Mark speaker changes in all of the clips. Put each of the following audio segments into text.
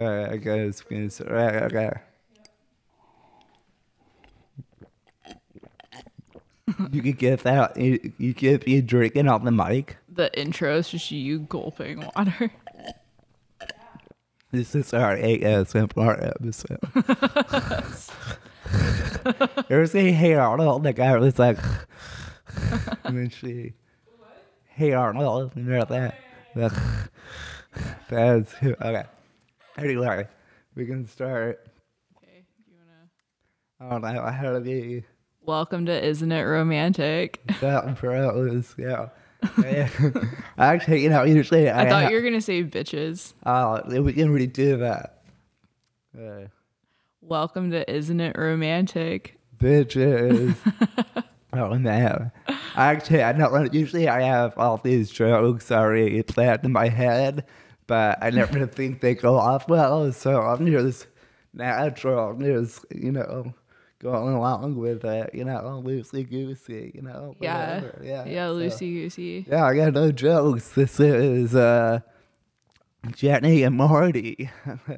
Speaker 1: Alright, I got a skin. Alright, okay. You could get that. You you could be drinking off the mic.
Speaker 2: The intro is just you gulping water.
Speaker 1: This is our ASMR episode. there was a Hey Arnold, the guy was like, and then she, Hey Arnold, you know that? The That's okay. Anyway, we can start.
Speaker 2: Okay, you wanna...
Speaker 1: I don't know how to be
Speaker 2: Welcome to Isn't It Romantic?
Speaker 1: that pros. Yeah. Actually, you know, usually I,
Speaker 2: I thought
Speaker 1: ha-
Speaker 2: you were gonna say bitches.
Speaker 1: Oh, we can redo that. Uh,
Speaker 2: Welcome to Isn't It Romantic?
Speaker 1: bitches. oh man. Actually, I don't. Usually, I have all these jokes already planned in my head, but I never think they go off well. So I'm just natural. I'm just you know going along with it. You know, loosey goosey. You know.
Speaker 2: Yeah.
Speaker 1: whatever.
Speaker 2: Yeah,
Speaker 1: so-
Speaker 2: Lucy Goosey.
Speaker 1: Yeah, I got no jokes. This is uh, Jenny and Marty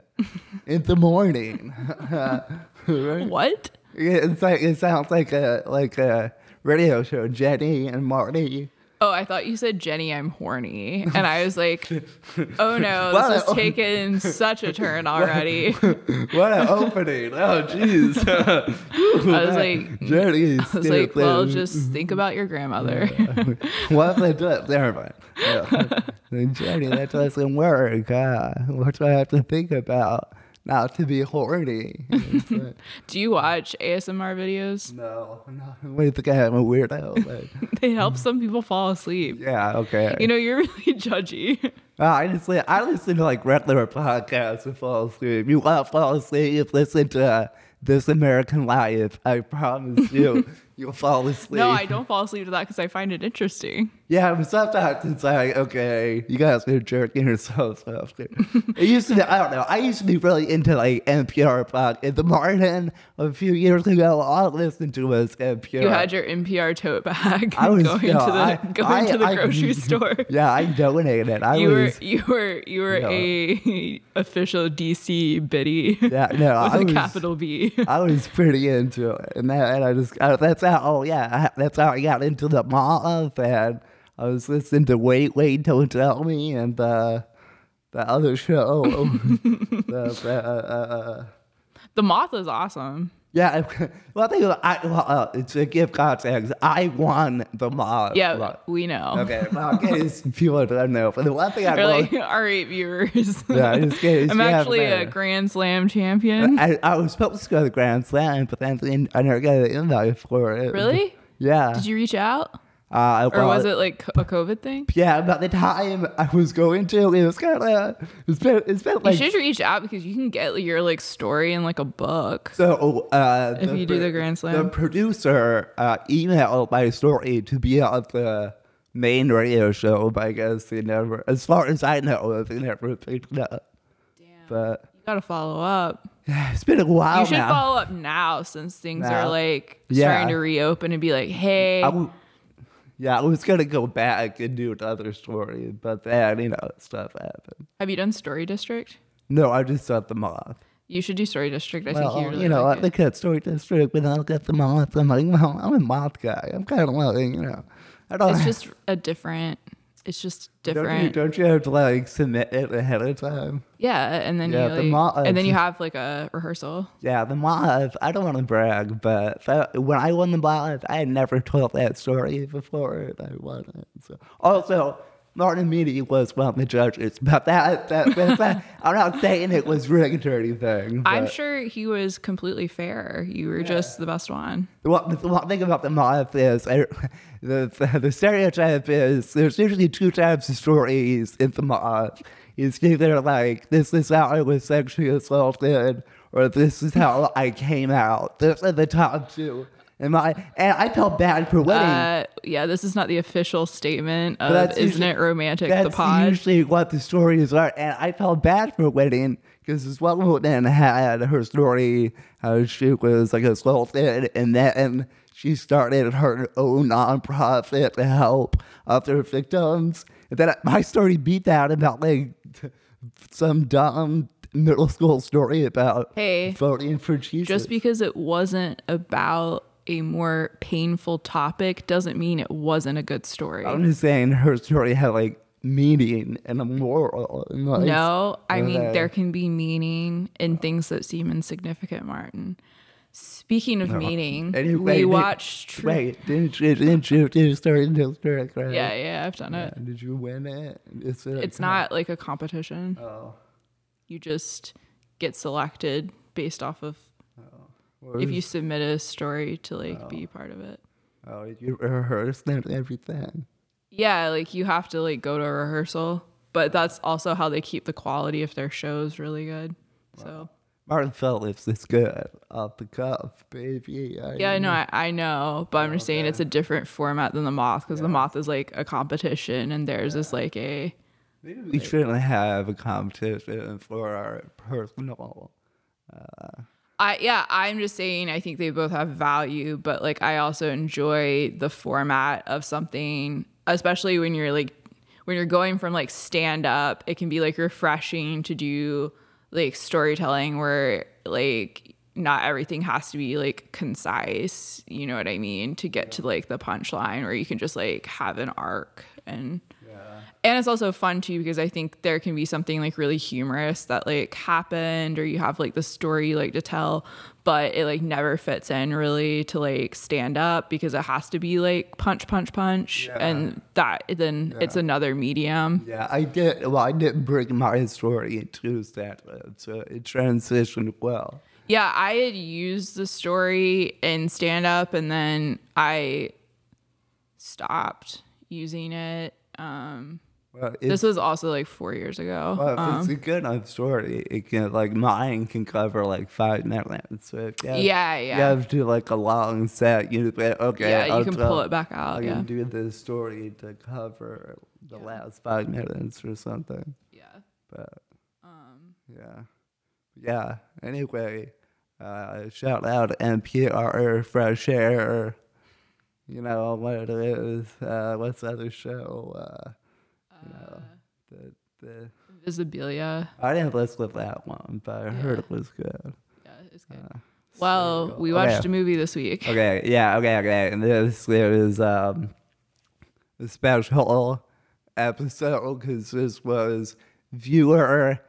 Speaker 1: in the morning. Right?
Speaker 2: What?
Speaker 1: it's like it sounds like a like a radio show. Jenny and Marty.
Speaker 2: Oh, I thought you said Jenny, I'm horny. And I was like, oh no,
Speaker 1: Wow.
Speaker 2: this has taken such a turn already.
Speaker 1: What an opening! Oh, jeez. I
Speaker 2: was like-
Speaker 1: Jenny.
Speaker 2: I was like, well,
Speaker 1: Mm-hmm.
Speaker 2: just think about your grandmother.
Speaker 1: what if they do it? Never mind. Yeah. Then, Jenny, that doesn't work. Uh, what do I have to think about? Not to be horny. It's like-
Speaker 2: Do you watch ASMR videos?
Speaker 1: No, no. What do you think I am a weirdo? Like,
Speaker 2: They help some people fall asleep.
Speaker 1: Mm-hmm. yeah, okay.
Speaker 2: You know, you're really judgy.
Speaker 1: Uh, I just li- I listen to like regular podcasts and fall asleep. You want to fall asleep? Listen to uh, This American Life. I promise you, you'll fall asleep.
Speaker 2: No, I don't fall asleep to that because I find it interesting.
Speaker 1: Yeah, but sometimes it's like, okay, you guys are jerking yourselves off. It used to be, I don't know, I used to be really into like NPR pod. In the morning, a few years ago, all I listened to was NPR.
Speaker 2: You had your NPR tote bag
Speaker 1: I was-
Speaker 2: going
Speaker 1: no,
Speaker 2: to the
Speaker 1: I-
Speaker 2: going to the
Speaker 1: I- I-
Speaker 2: grocery store.
Speaker 1: yeah, I donated it. I
Speaker 2: you
Speaker 1: was,
Speaker 2: were you were you were
Speaker 1: No.
Speaker 2: a official DC biddy
Speaker 1: yeah, no, I
Speaker 2: with a
Speaker 1: was,
Speaker 2: capital B.
Speaker 1: I was pretty into it, and, that, and I just uh, that's how. Oh yeah, I- that's how I got into the mall and I was listening to Wait, Wait, Don't Tell Me, and uh, the other show. the, the, uh, uh, uh,
Speaker 2: The moth is awesome.
Speaker 1: yeah, I- well, I think I well, uh, to give context, I won the mall.
Speaker 2: Yeah,
Speaker 1: Well,
Speaker 2: we know.
Speaker 1: Okay, well, in case people don't know, but the one thing I
Speaker 2: Or
Speaker 1: really,
Speaker 2: like our eight viewers.
Speaker 1: yeah, in case
Speaker 2: I'm
Speaker 1: you haven't
Speaker 2: actually a
Speaker 1: heard.
Speaker 2: Grand Slam champion.
Speaker 1: I, I was supposed to go to the Grand Slam, but then I never got an invite for it.
Speaker 2: really?
Speaker 1: Yeah.
Speaker 2: Did you reach out,
Speaker 1: Uh,
Speaker 2: or was it like co- a COVID thing?
Speaker 1: Yeah, about the time I was going to, it was kind of. It's been. It's been like.
Speaker 2: you should reach out because you can get your like story in like a book.
Speaker 1: so uh,
Speaker 2: If you do the Grand
Speaker 1: the
Speaker 2: Slam.
Speaker 1: producer uh, emailed my story to be on the main radio show. But I guess they never, as far as I know, they never picked it up.
Speaker 2: Damn.
Speaker 1: But
Speaker 2: You gotta follow up.
Speaker 1: it's been a while
Speaker 2: you should
Speaker 1: now.
Speaker 2: follow up now since things
Speaker 1: Now.
Speaker 2: are like
Speaker 1: Oh, Yeah.
Speaker 2: starting to reopen and be like, hey,
Speaker 1: I w- yeah, I was gonna go back and do another story, but then you know stuff happened.
Speaker 2: have you done Story District?
Speaker 1: No, I just saw the moth.
Speaker 2: You should do Story District. I think you
Speaker 1: Well,
Speaker 2: really
Speaker 1: you know,
Speaker 2: like
Speaker 1: I
Speaker 2: it.
Speaker 1: look at Story District, but I look at the moth. I'm like, well, I'm a moth guy. I'm kind of like, you know, I don't.
Speaker 2: It's just a different. It's just
Speaker 1: uh, don't, you,
Speaker 2: different.
Speaker 1: don't you have to like submit it ahead of time?
Speaker 2: yeah, and then
Speaker 1: Yeah,
Speaker 2: you
Speaker 1: the
Speaker 2: like,
Speaker 1: mo- uh,
Speaker 2: and then you have like a rehearsal.
Speaker 1: Yeah, the moth. I don't want to brag, but that, when I won the moth, I had never told that story before, and I won it. So. Also. Martin Meady was one of the judges, but that, that, that, that I'm not saying it was rigged or anything.
Speaker 2: I'm
Speaker 1: but-
Speaker 2: sure he was completely fair. You were just the best one.
Speaker 1: What the one thing about the moth is, I, the, the the stereotype is there's usually two types of stories in the moth. It's either like this is how I was sexually assaulted, or this is how I came out. Those are the top two. And my and I felt bad for winning.
Speaker 2: Uh, yeah, this is not the official statement of
Speaker 1: that's
Speaker 2: Isn't
Speaker 1: usually-
Speaker 2: It Romantic, the
Speaker 1: That's
Speaker 2: pod.
Speaker 1: usually what the stories are, and I felt bad for winning because this one woman had her story how she was like assaulted, and then she started her own nonprofit to help other victims. And then my story beat that about like some dumb middle school story about
Speaker 2: Hey,
Speaker 1: voting for Jesus.
Speaker 2: just because it wasn't about a more painful topic doesn't mean it wasn't a good story.
Speaker 1: I'm just saying her story had like meaning and a moral. And like,
Speaker 2: No, I mean
Speaker 1: Okay.
Speaker 2: there can be meaning in things that seem insignificant, Martin. Speaking of meaning,
Speaker 1: And you-
Speaker 2: Mm-hmm. we
Speaker 1: wait, did-
Speaker 2: watched Tr-
Speaker 1: Wait, didn't you, didn't you, did you start in the story? right?
Speaker 2: Yeah, yeah, I've done it.
Speaker 1: Did you win it? It's, a-
Speaker 2: It's not like a competition.
Speaker 1: Oh.
Speaker 2: You just get selected based off of
Speaker 1: Oh. What
Speaker 2: if
Speaker 1: was-
Speaker 2: you submit a story to like be part of it.
Speaker 1: oh, you rehearsed and everything.
Speaker 2: Yeah, like you have to like go to a rehearsal, but that's also how they keep the quality of their shows really good. So
Speaker 1: Martin Phillips is good. Off the cuff, baby. I
Speaker 2: Yeah, I know, I, I know, but I'm just saying it's a different format than the moth because the moth is like a competition and theirs is like a
Speaker 1: Maybe we shouldn't have a competition for our personal.
Speaker 2: I yeah, I'm just saying I think they both have value, but like I also enjoy the format of something, especially when you're like when you're going from like stand up, it can be like refreshing to do like storytelling where like not everything has to be like concise, you know what I mean, to get to like the punchline where you can just like have an arc and and it's also fun too because i think there can be something like really humorous that like happened or you have like the story you like to tell but it like never fits in really to like stand up because it has to be like punch punch punch
Speaker 1: Yeah.
Speaker 2: and that then it's another medium
Speaker 1: Yeah, I did. Well, I didn't bring my story into uh, stand up, so it transitioned well.
Speaker 2: yeah i had used the story in stand up and then i stopped using it um
Speaker 1: Well,
Speaker 2: this
Speaker 1: it's, Oh,
Speaker 2: was also like four years ago
Speaker 1: well, if
Speaker 2: Um,
Speaker 1: it's a good enough story. It can like mine can cover like five minutes. So if you have,
Speaker 2: Yeah,
Speaker 1: you
Speaker 2: yeah.
Speaker 1: have to do like a long set. You say, okay,
Speaker 2: yeah you
Speaker 1: I'll
Speaker 2: can
Speaker 1: tell-
Speaker 2: pull it back
Speaker 1: I
Speaker 2: out
Speaker 1: can
Speaker 2: yeah
Speaker 1: do this story to cover the last five minutes or something.
Speaker 2: yeah
Speaker 1: But
Speaker 2: Um,
Speaker 1: yeah, yeah. Anyway, uh, shout out NPR Fresh Air. You know what it is. Uh, what's the other show? Uh, you know, the, the,
Speaker 2: Visibilia.
Speaker 1: I didn't listen to that one, but I heard it was good.
Speaker 2: Yeah, it's good. well, we
Speaker 1: Okay.
Speaker 2: watched a movie this week.
Speaker 1: Okay, yeah, okay, okay. And this is um, a special episode because this was viewer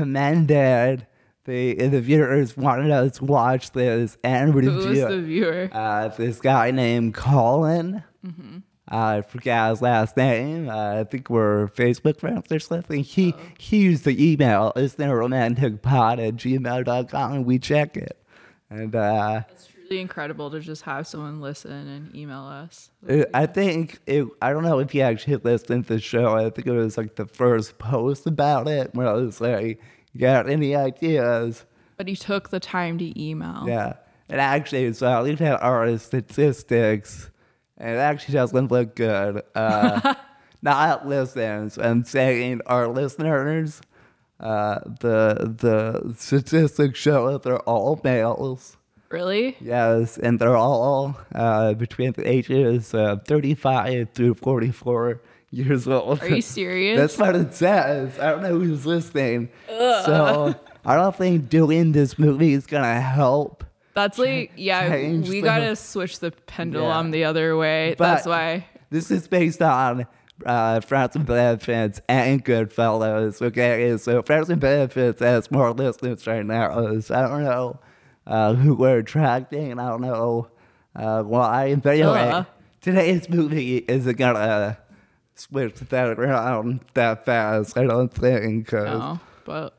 Speaker 1: recommended. The, the viewers wanted us to watch this and
Speaker 2: Who was
Speaker 1: review
Speaker 2: the
Speaker 1: it.
Speaker 2: viewer?
Speaker 1: Uh, this guy named Colin.
Speaker 2: Mm-hmm.
Speaker 1: Uh, I forgot his last name. Uh, I think we're Facebook friends or something. He
Speaker 2: Oh.
Speaker 1: he used the email. It's the romantic pod at gmail.com and we check it. And uh,
Speaker 2: It's truly incredible to just have someone listen and email us.
Speaker 1: Uh, I think it, I don't know if you actually listened to the show. I think it was like the first post about it where I was like, "You "Got any ideas?"
Speaker 2: But he took the time to email.
Speaker 1: Yeah, and actually, uh, so I looked at our statistics, and it actually doesn't look good. Uh, not listens. I'm saying our listeners. Uh, the the statistics show that they're all males.
Speaker 2: Really?
Speaker 1: Yes, and they're all uh, between the ages of 35 through 44 years old.
Speaker 2: Are you serious?
Speaker 1: That's what it says. I don't know who's listening. So I don't think doing this movie is going to help.
Speaker 2: That's like, yeah,
Speaker 1: change
Speaker 2: we
Speaker 1: the-
Speaker 2: got to switch the pendulum the other way.
Speaker 1: But
Speaker 2: That's why.
Speaker 1: This is based on uh, Friends with Benefits and Goodfellas. Okay, so Friends with Benefits has more listeners right now. So I don't know uh, who we're attracting. I don't know uh, why. But anyway,
Speaker 2: Ugh.
Speaker 1: today's movie isn't gonna switch that around that fast. I don't think. 'cause-
Speaker 2: No, but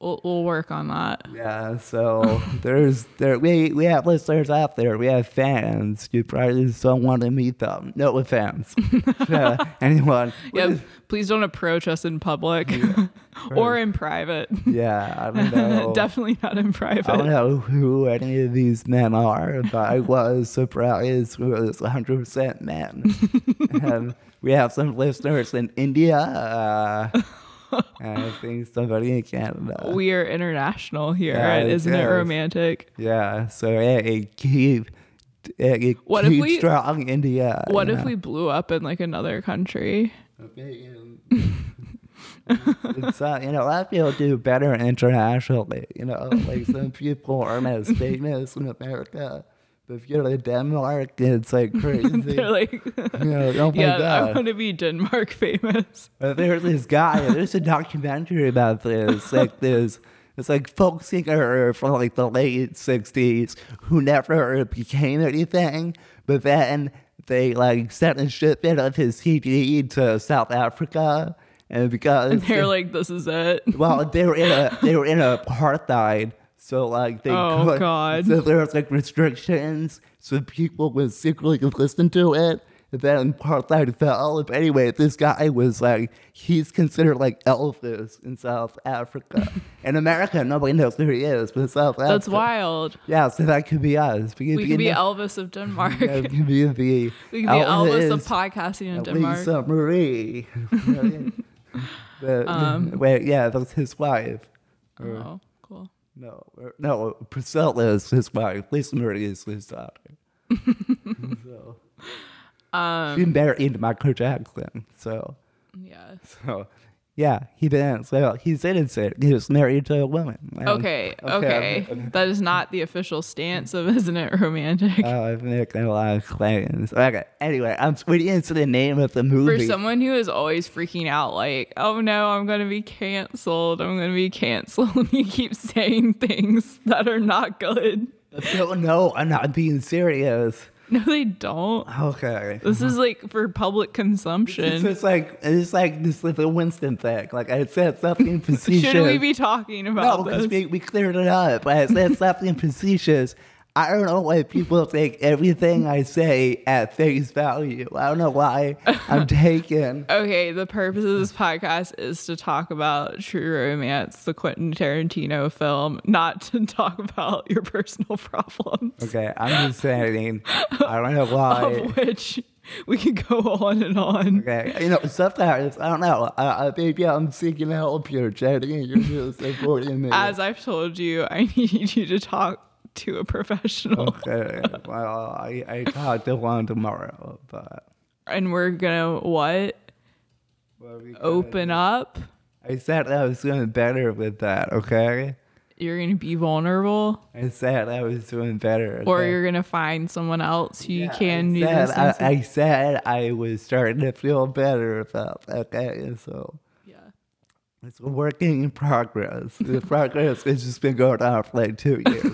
Speaker 2: we'll, we'll work on that.
Speaker 1: yeah, so there's there we we have listeners out there. We have fans. You probably just don't want to meet them. No offense. to anyone.
Speaker 2: Yeah, please don't approach us in public or in private.
Speaker 1: Yeah, I don't know.
Speaker 2: Definitely not in private.
Speaker 1: I don't know who any of these men are, but I was surprised we was 100% men. and we have some listeners in India, uh, and I think somebody in Canada.
Speaker 2: We are international here.
Speaker 1: Yeah,
Speaker 2: and
Speaker 1: it
Speaker 2: isn't it
Speaker 1: is.
Speaker 2: romantic?
Speaker 1: yeah, so hey, keep, hey,
Speaker 2: What if
Speaker 1: keep
Speaker 2: we-
Speaker 1: strong, India.
Speaker 2: What
Speaker 1: you
Speaker 2: if
Speaker 1: know?
Speaker 2: we blew up in like another country?
Speaker 1: Okay, um, it's, uh, you know, a lot of people do better internationally. You know, like some people aren't as famous in America. But if you're in Denmark, it's like crazy.
Speaker 2: They're like,
Speaker 1: you know, oh my
Speaker 2: yeah, I
Speaker 1: god.
Speaker 2: want to be Denmark famous.
Speaker 1: But there's this guy. There's a documentary about this. Like this, it's like folk singer from like the late '60s who never became anything, but then they like sent a shipment of his CD to South Africa, and because
Speaker 2: And they're like, this is it.
Speaker 1: well, they were in a they were in a apartheid, so like they
Speaker 2: Oh,
Speaker 1: could,
Speaker 2: God.
Speaker 1: so there was like restrictions, so people would secretly could listen to it. And then apartheid fell. But anyway, this guy was like he's considered like Elvis in South Africa. in America, nobody knows who he is, but South Africa.
Speaker 2: That's wild.
Speaker 1: Yeah, so that could be us. We could
Speaker 2: We
Speaker 1: be,
Speaker 2: could be
Speaker 1: the-
Speaker 2: Elvis of Denmark.
Speaker 1: yeah, we could be the
Speaker 2: We could be Elvis of
Speaker 1: Elvis.
Speaker 2: podcasting in Denmark.
Speaker 1: Lisa Marie. but,
Speaker 2: Um.
Speaker 1: wait, yeah, that's his wife.
Speaker 2: Oh, cool.
Speaker 1: No, or- no, Priscilla is his wife. Lisa Marie is his daughter. so.
Speaker 2: um,
Speaker 1: she married Michael Jackson, so
Speaker 2: Yeah.
Speaker 1: so yeah, he didn't. So he's innocent. He was married to a woman. and-
Speaker 2: Okay, okay.
Speaker 1: I'm-
Speaker 2: That is not the official stance of Isn't It Romantic?
Speaker 1: Oh, I've making a lot of claims. Okay. Anyway, I'm switching into the name of the
Speaker 2: For
Speaker 1: movie.
Speaker 2: someone who is always freaking out, like, oh no, I'm going to be canceled. I'm going to be canceled. you keep saying things that are not good.
Speaker 1: no, no, I'm not being serious.
Speaker 2: No, they don't.
Speaker 1: Okay.
Speaker 2: This is like for public
Speaker 1: It's
Speaker 2: consumption.
Speaker 1: just like it's like this little Winston thing. Like I said something facetious.
Speaker 2: Should we be talking
Speaker 1: no?
Speaker 2: about
Speaker 1: Because
Speaker 2: this?
Speaker 1: we, we cleared it up. I said something facetious. I don't know why people take everything I say at face value. I don't know why I'm taken.
Speaker 2: Okay, the purpose of this podcast is to talk about True Romance, the Quentin Tarantino film, not to talk about your personal problems,
Speaker 1: Okay, I'm just saying. I don't know why.
Speaker 2: of which we could go on and on.
Speaker 1: Okay, you know sometimes I don't know. Uh, maybe I'm seeking help here, Jenny. You're just avoiding me.
Speaker 2: As I've told you, I need you to talk to a professional,
Speaker 1: okay, well, I, I talked to one tomorrow, but
Speaker 2: and we're gonna what
Speaker 1: well, we
Speaker 2: open up.
Speaker 1: I said I was doing better with that, okay?
Speaker 2: You're gonna be vulnerable,
Speaker 1: I said I was doing better.
Speaker 2: or
Speaker 1: okay?
Speaker 2: you're gonna find someone else who you
Speaker 1: Yeah,
Speaker 2: can
Speaker 1: I
Speaker 2: do
Speaker 1: said,
Speaker 2: this.
Speaker 1: I, I said I was starting to feel better about okay, so
Speaker 2: yeah.
Speaker 1: it's a working in progress. The progress has just been going on for like two years.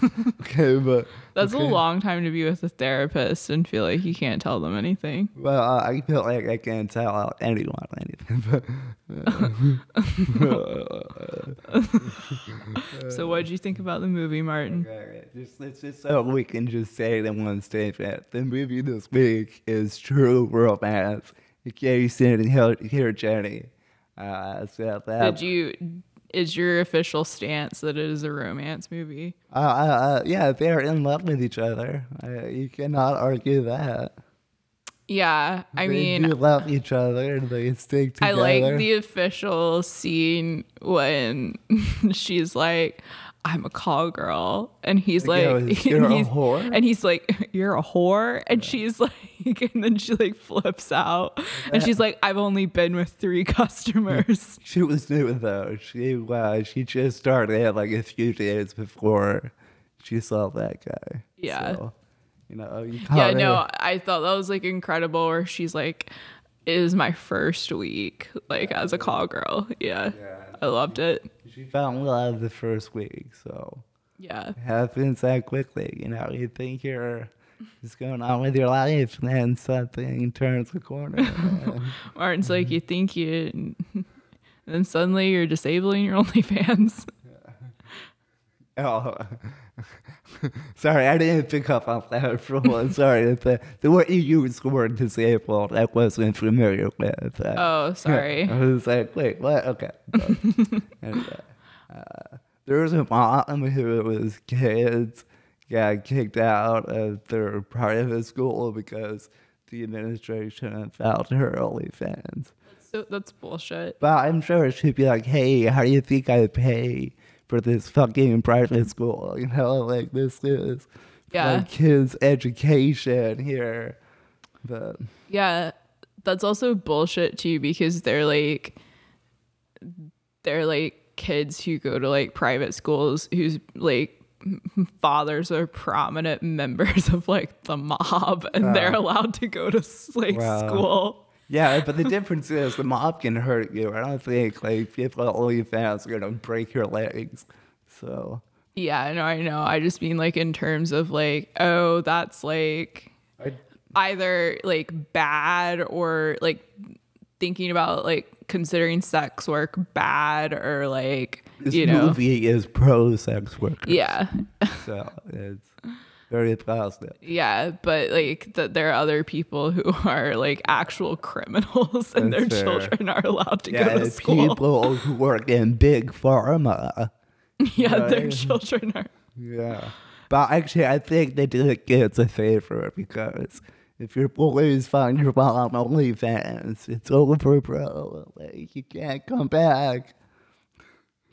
Speaker 1: okay, but
Speaker 2: That's
Speaker 1: okay.
Speaker 2: a long time to be with a therapist and feel like you can't tell them anything.
Speaker 1: Well, I I feel like I can't tell anyone anything. But
Speaker 2: So,
Speaker 1: Uh,
Speaker 2: what did you think about the movie, Martin?
Speaker 1: Okay, just, it's just so we can just say it in one statement. The movie this week is True Romance. In case you didn't hear, hear Jenny. Uh, so that,
Speaker 2: Did you? Is your official stance that it is a romance movie?
Speaker 1: uh, uh, uh, yeah, they are in love with each other. Uh, you cannot argue that.
Speaker 2: Yeah, I
Speaker 1: they
Speaker 2: mean,
Speaker 1: do love each other and they stick
Speaker 2: I
Speaker 1: together.
Speaker 2: like the official scene when she's like, "I'm a call girl," and he's
Speaker 1: Like,
Speaker 2: like,
Speaker 1: yo, is you're a
Speaker 2: and he's,
Speaker 1: whore?
Speaker 2: and he's like, "You're a whore," and she's like, and then she like flips out, and she's like, "I've only been with three customers."
Speaker 1: She was new though. She uh, she just started like a few days before she saw that guy.
Speaker 2: Yeah.
Speaker 1: So, you know, you
Speaker 2: yeah,
Speaker 1: can't
Speaker 2: no, I thought that was like incredible where she's like, "It is my first week like as a call girl. Yeah. I loved it.
Speaker 1: She fell in love the first week, so
Speaker 2: Yeah.
Speaker 1: it happens that quickly. You know, you think you're just going on with your life, and then something turns the corner.
Speaker 2: Martin's like, you think you, and then suddenly you're disabling your OnlyFans.
Speaker 1: oh, sorry, I didn't pick up on that for one. sorry, the, the word you used the word disabled, I wasn't familiar with. Uh,
Speaker 2: oh, sorry.
Speaker 1: I was like, wait, what? Okay. So, anyway, uh, there was a mom who was kids got kicked out of their private school because the administration found her OnlyFans.
Speaker 2: so that's bullshit.
Speaker 1: But I'm sure she'd be like, hey, how do you think I pay for this fucking private school? You know, like this is
Speaker 2: Yeah.
Speaker 1: my kids' education here. But
Speaker 2: Yeah. That's also bullshit too because they're like, they're like kids who go to like private schools whose like fathers are prominent members of like the mob and they're allowed to go to s- like
Speaker 1: Wow.
Speaker 2: school.
Speaker 1: Yeah, but the difference is the mob can hurt you. I don't think like people at OnlyFans are gonna break your legs. So
Speaker 2: Yeah, I know, I know. I just mean like in terms of like, oh, that's like
Speaker 1: I,
Speaker 2: either like bad or like thinking about like considering sex work bad or like
Speaker 1: this
Speaker 2: you know
Speaker 1: movie is pro sex work.
Speaker 2: yeah
Speaker 1: So it's very positive.
Speaker 2: yeah but like that there are other people who are like actual criminals and
Speaker 1: That's
Speaker 2: their
Speaker 1: fair.
Speaker 2: children are allowed to
Speaker 1: Yeah,
Speaker 2: go to
Speaker 1: and
Speaker 2: school
Speaker 1: people who work in big pharma.
Speaker 2: yeah their
Speaker 1: Right.
Speaker 2: children are
Speaker 1: Yeah. But actually, I think they did the kids a favor because if your boys find your mom on OnlyFans, it's over, bro. Like, you can't come back.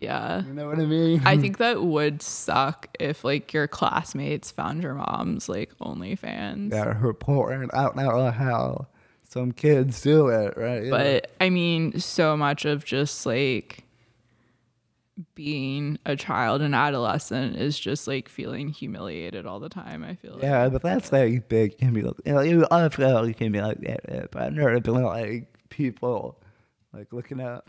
Speaker 2: yeah
Speaker 1: You know what I mean?
Speaker 2: i think that would suck if like your classmates found your mom's like only fans
Speaker 1: yeah, her porn. I don't know how some kids do it, right?
Speaker 2: but i mean so much of just like being a child and adolescent is just like feeling humiliated all the time i feel like
Speaker 1: yeah, but that's like big can be like, you know, you also can be like that, but I've never been like people like looking at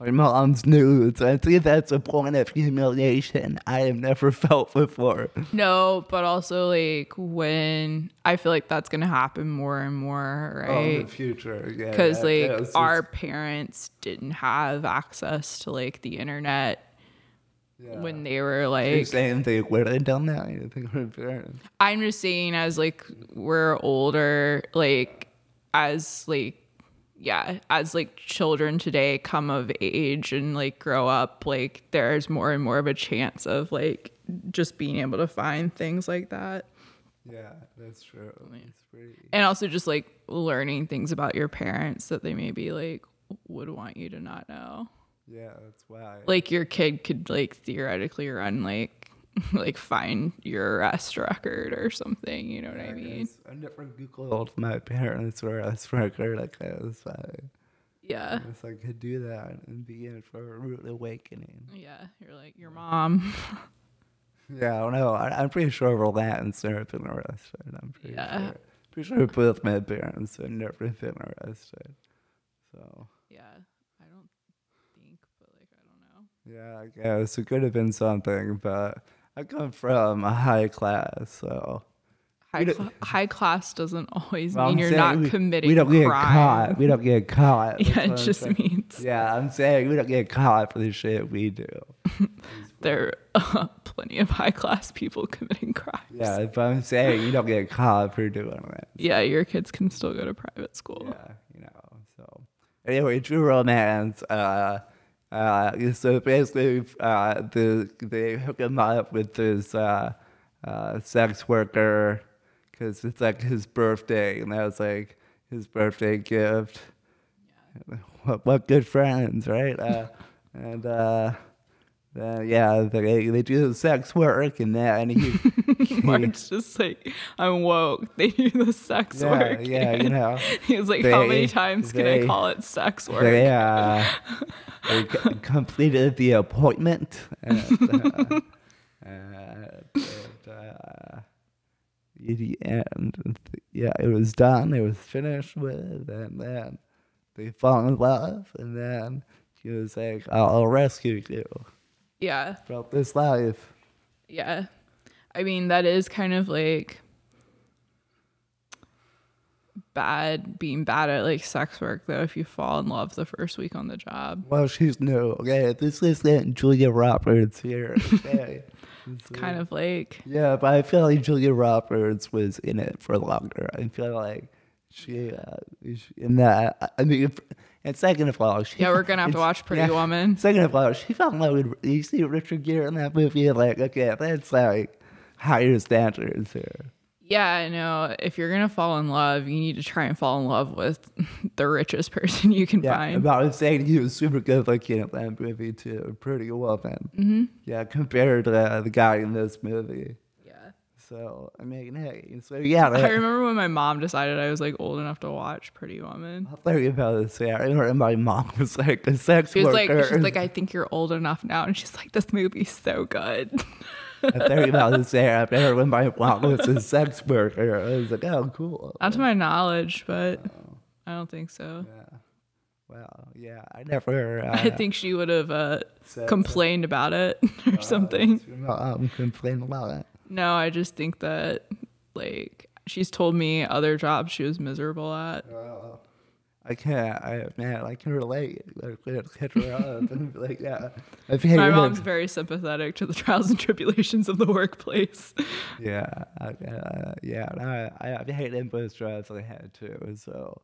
Speaker 1: my mom's nudes. I think that's a point of humiliation I have never felt before.
Speaker 2: no but also like when i feel like that's gonna happen more and more right
Speaker 1: future, Oh, yeah.
Speaker 2: because like our parents didn't have access to like the internet when they were
Speaker 1: You're
Speaker 2: like
Speaker 1: saying they would have done that. You think our parents?
Speaker 2: I'm just saying as like we're older, like as like yeah, as like children today come of age and like grow up, like there's more and more of a chance of like just being able to find things like that.
Speaker 1: Yeah, that's true. It's pretty.
Speaker 2: And also just like learning things about your parents that they maybe like would want you to not know.
Speaker 1: Yeah, that's why.
Speaker 2: Like your kid could like theoretically run like like find your arrest record or something, you know what I mean?
Speaker 1: I never googled my parents were a smoker like this. I
Speaker 2: Yeah.
Speaker 1: guess I could do that and be in for a rude awakening.
Speaker 2: Yeah, you're like your mom. Mm-hmm.
Speaker 1: Yeah, I don't know. I, I'm pretty sure we're and Sarah been arrested. I'm pretty
Speaker 2: Yeah.
Speaker 1: sure. Pretty sure both my parents have never been arrested. So
Speaker 2: Yeah, I don't think, but like I don't know.
Speaker 1: yeah, I guess it could have been something, but I come from a high class, so
Speaker 2: High, cla high class doesn't always
Speaker 1: Well,
Speaker 2: mean
Speaker 1: I'm
Speaker 2: you're
Speaker 1: saying
Speaker 2: not
Speaker 1: we,
Speaker 2: committing
Speaker 1: We don't get
Speaker 2: crime.
Speaker 1: caught. We don't get caught. That's
Speaker 2: yeah,
Speaker 1: what
Speaker 2: it
Speaker 1: I'm
Speaker 2: just
Speaker 1: saying.
Speaker 2: means
Speaker 1: Yeah, I'm saying we don't get caught for the shit we do.
Speaker 2: there are plenty of high class people committing crimes.
Speaker 1: Yeah, but I'm saying you don't get caught for doing it.
Speaker 2: Yeah, your kids can still go to private school.
Speaker 1: Yeah, you know. So anyway, True Romance. Uh, uh, so basically, uh, the they hook him up with this uh, uh, sex worker because it's like his birthday, and that was like his birthday gift. What, what good friends, right? Uh, and uh, then yeah, they they do the sex work, and then he
Speaker 2: Mark's just like, I'm woke. They do the sex
Speaker 1: yeah,
Speaker 2: work.
Speaker 1: yeah, you know.
Speaker 2: He was like, how many
Speaker 1: They-
Speaker 2: times can I
Speaker 1: they-
Speaker 2: call it sex work?
Speaker 1: They, uh, they c- completed the appointment. And, uh, and, uh, in the end, yeah, it was done. It was finished with, and then they fall in love. And then she was like, "I'll rescue you
Speaker 2: yeah.
Speaker 1: from this life."
Speaker 2: Yeah. I mean, that is kind of like bad being bad at like sex work though if you fall in love the first week on the job.
Speaker 1: Well, she's new. Okay, this isn't Julia Roberts here. Okay, it's
Speaker 2: Kind of like
Speaker 1: Yeah, but I feel like Julia Roberts was in it for longer. I feel like she, uh, she in that. I- I mean, if- and second of all, she,
Speaker 2: yeah, we're going to have to
Speaker 1: it's-
Speaker 2: watch Pretty
Speaker 1: yeah.
Speaker 2: Woman.
Speaker 1: Second of all, she fell in love with. You see Richard Gere in that movie, like okay, that's like higher standards here.
Speaker 2: Yeah, I know. If you're going to fall in love, you need to try and fall in love with the richest person you can
Speaker 1: Yeah,
Speaker 2: find.
Speaker 1: but I was saying he was super good looking in that movie too. Pretty woman. Mm-hmm. Yeah, compared to uh, the guy in this movie.
Speaker 2: yeah.
Speaker 1: So I mean, hey, so yeah,
Speaker 2: I
Speaker 1: like,
Speaker 2: remember when my mom decided I was like old enough to watch Pretty Woman.
Speaker 1: I thought about this. Yeah, I remember my mom was like a sex
Speaker 2: She was like,
Speaker 1: worker.
Speaker 2: she's like, I think you're old enough now, and she's like, this movie's so good.
Speaker 1: I thought about this. Yeah, I remember when my mom was a sex worker. I was like, oh, cool.
Speaker 2: Not to my knowledge, but I don't think so.
Speaker 1: Well, yeah, I never. Uh,
Speaker 2: I think she would have uh,
Speaker 1: Said
Speaker 2: complained about it or something.
Speaker 1: um, complained about it.
Speaker 2: No, I just think that like she's told me other jobs she was miserable at.
Speaker 1: I can't. I man, I can relate. Like, it's hit her up and be like, yeah, I've hated
Speaker 2: My
Speaker 1: it.
Speaker 2: mom's very sympathetic to the trials and tribulations of the workplace.
Speaker 1: Yeah, I, uh, yeah. and I, I, I've hated both jobs I had too, so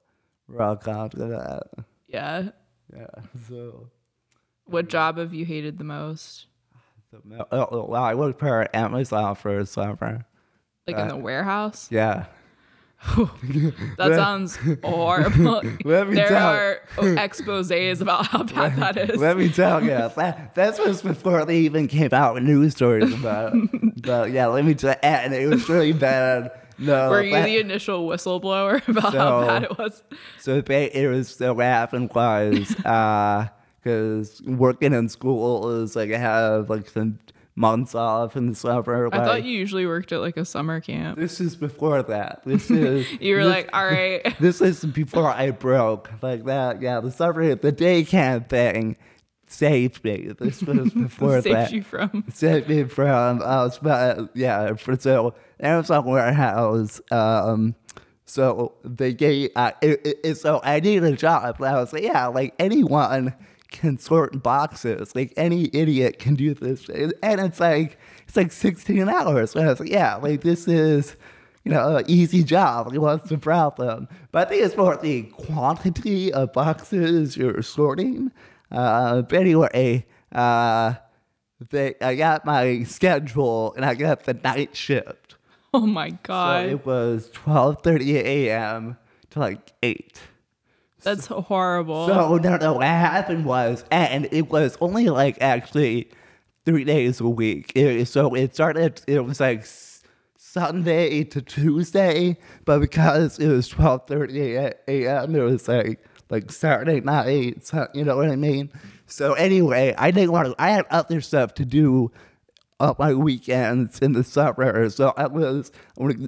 Speaker 1: we're all confident. Of that.
Speaker 2: yeah.
Speaker 1: Yeah, so.
Speaker 2: What job have you hated the most?
Speaker 1: so no- oh, oh, wow, I worked for Amazon for a summer.
Speaker 2: Like in the warehouse?
Speaker 1: Uh, Yeah.
Speaker 2: That sounds horrible.
Speaker 1: Let me
Speaker 2: there
Speaker 1: tell-
Speaker 2: are exposés about how bad that is.
Speaker 1: Let me tell you, that, this was before they even came out with news stories about it. But yeah, let me tell and it was really bad. No,
Speaker 2: Were you
Speaker 1: that-
Speaker 2: the initial whistleblower about how
Speaker 1: So-
Speaker 2: bad it was?
Speaker 1: So ba- it was so what happened was because uh, working in school is like I have like some months off in the summer.
Speaker 2: I
Speaker 1: like-
Speaker 2: thought you usually worked at like a summer camp.
Speaker 1: this is before that. This is
Speaker 2: You were
Speaker 1: this-
Speaker 2: like, all right,
Speaker 1: this is before I broke like that. Yeah, the summer the day camp thing saved me. This was before that
Speaker 2: saved you from.
Speaker 1: sent me from uh, sp- uh yeah for so Amazon warehouse. Um, so they gave uh, it, it, it- so I needed a job. And I was like, yeah, like anyone can sort boxes. Like any idiot can do this, and and it's like it's like sixteen hours. So I was like, yeah, like this is. You know, an easy job. Like, what's the problem? But I think it's more the quantity of boxes you're sorting. Uh, but anyway, uh, they, I got my schedule and I got the night shift.
Speaker 2: Oh my
Speaker 1: So
Speaker 2: god,
Speaker 1: it was 12:30 a.m. to like 8.
Speaker 2: that's horrible.
Speaker 1: So no, no, what happened was, and it was only like actually three days a week. It, so it started. It was like s- Sunday to Tuesday, but because it was twelve thirty a.m., it was like like Saturday night. So, you know what I mean? So anyway, I didn't want to. I had other stuff to do on my weekends in the summer. So I was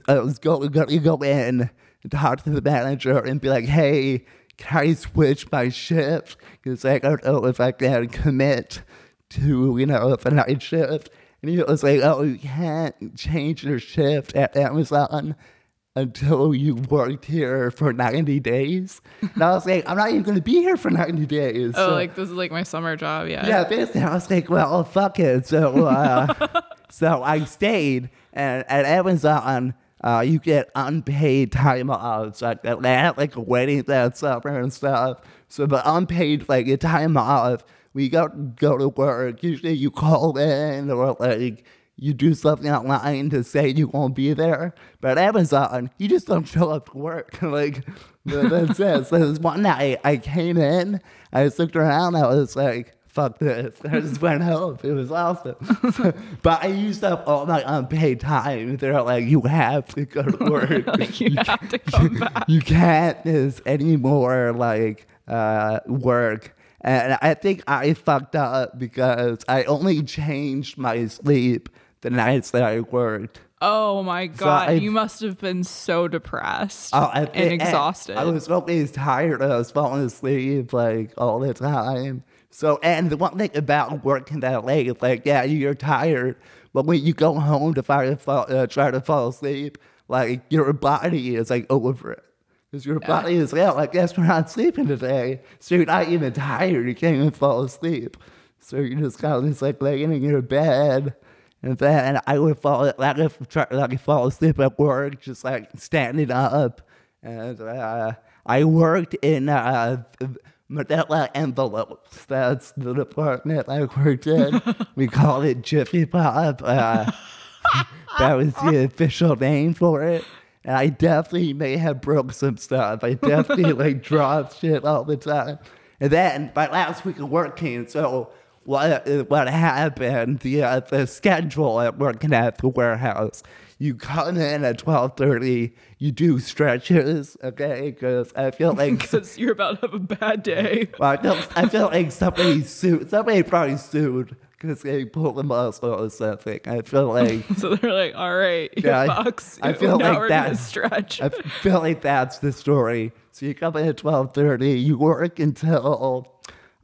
Speaker 1: I was going to go in and talk to the manager and be like, hey, can I switch my shift? Because I don't know if I can commit to, you know, the night shift. And he was like, oh, you can't change your shift at Amazon until you worked here for 90 days. And I was like, I'm not even going to be here for 90 days.
Speaker 2: oh,
Speaker 1: So-
Speaker 2: like this is like my summer job. Yeah.
Speaker 1: yeah, basically, I was like, well, fuck it. So, uh, so I stayed, and at Amazon, uh, you get unpaid time off. So I I had like a wedding that summer and stuff. So the unpaid like a time off, we go go to work. Usually, you call in or like you do something online to say you won't be there. But Amazon, you just don't show up to work. like that's it. So this one night I came in, I just looked around, I was like, fuck this. I just went home. It was awesome. but I used up all my unpaid time. They're like, you have to go to work.
Speaker 2: Like you have to come back.
Speaker 1: you can't miss any more like uh, work. And I think I fucked up because I only changed my sleep the nights that I worked.
Speaker 2: Oh my god,
Speaker 1: I-
Speaker 2: you must have been so depressed
Speaker 1: Oh, I
Speaker 2: and
Speaker 1: think-
Speaker 2: exhausted.
Speaker 1: I was always tired. I was falling asleep like all the time. So, and the one thing about working that late, is, like, yeah, you're tired, but when you go home to try to fall, uh, try to fall asleep, like your body is like over it. Because your body is yeah, like, yes, we're not sleeping today. So you're not even tired. You can't even fall asleep. So you're just kind of just like laying in your bed. And then I would fall, like, if, try, like fall asleep at work, just like standing up. And uh, I worked in uh, Manila envelopes. That's the department I worked in. we call it Jiffy Pop. Uh, that was the official name for it. And I definitely may have broke some stuff. I definitely like dropped shit all the time. And then my last week of work came, so what what happened yeah the schedule at working at the warehouse you come in at 12.30 you do stretches okay because i feel like
Speaker 2: because you're about to have a bad day
Speaker 1: well, I, feel, I feel like somebody sued somebody probably sued because they pulled a muscle or something i feel like
Speaker 2: so they're like all right you
Speaker 1: Yeah, I-
Speaker 2: fucks
Speaker 1: I feel
Speaker 2: now
Speaker 1: like
Speaker 2: we're gonna
Speaker 1: that-
Speaker 2: stretch
Speaker 1: I feel like that's the story. So you come in at twelve thirty, you work until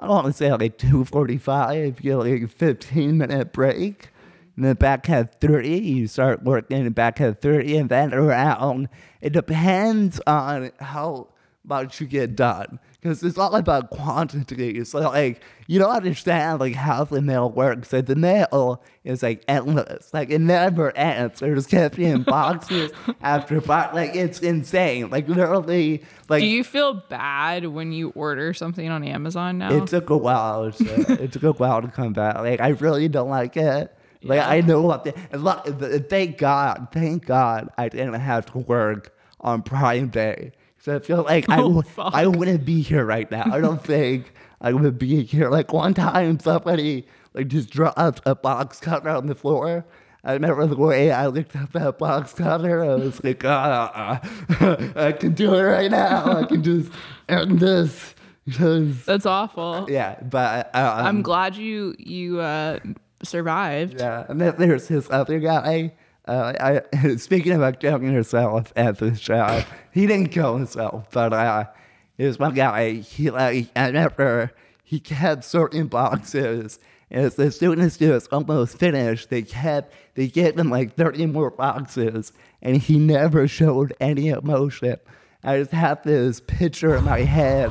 Speaker 1: I don't want to say like two forty five, you get like a fifteen minute break. And then back at thirty, you start working back at thirty and then around. It depends on how much you get done. Because it's all about quantity. So like you don't understand like how the mail works. Like the mail is like endless. Like it never ends. There's kept in boxes after box. Like it's insane. Like literally like
Speaker 2: do you feel bad when you order something on amazon now
Speaker 1: it took a while. So it took a while to come back. Like I really don't like it. Like
Speaker 2: Yeah.
Speaker 1: I know what. The, and lo- th- thank God, thank God, I didn't have to work on Prime Day. So I feel like I
Speaker 2: Oh,
Speaker 1: w-
Speaker 2: fuck.
Speaker 1: I wouldn't be here right now. I don't think I would be here. Like one time, somebody like just dropped a box cutter on the floor. I remember the way I looked up that box cutter. I was like, ah, I can do it right now. I can just end this. Just
Speaker 2: that's awful
Speaker 1: yeah, but uh,
Speaker 2: i'm glad you you uh survived
Speaker 1: yeah, and then there's this other guy. Uh, I speaking about killing himself at the show, he didn't kill himself, but uh, there's one guy. He like I remember he kept sorting boxes. As the students was almost finished, they kept they gave him like 30 more boxes, and he never showed any emotion. I just have this picture in my head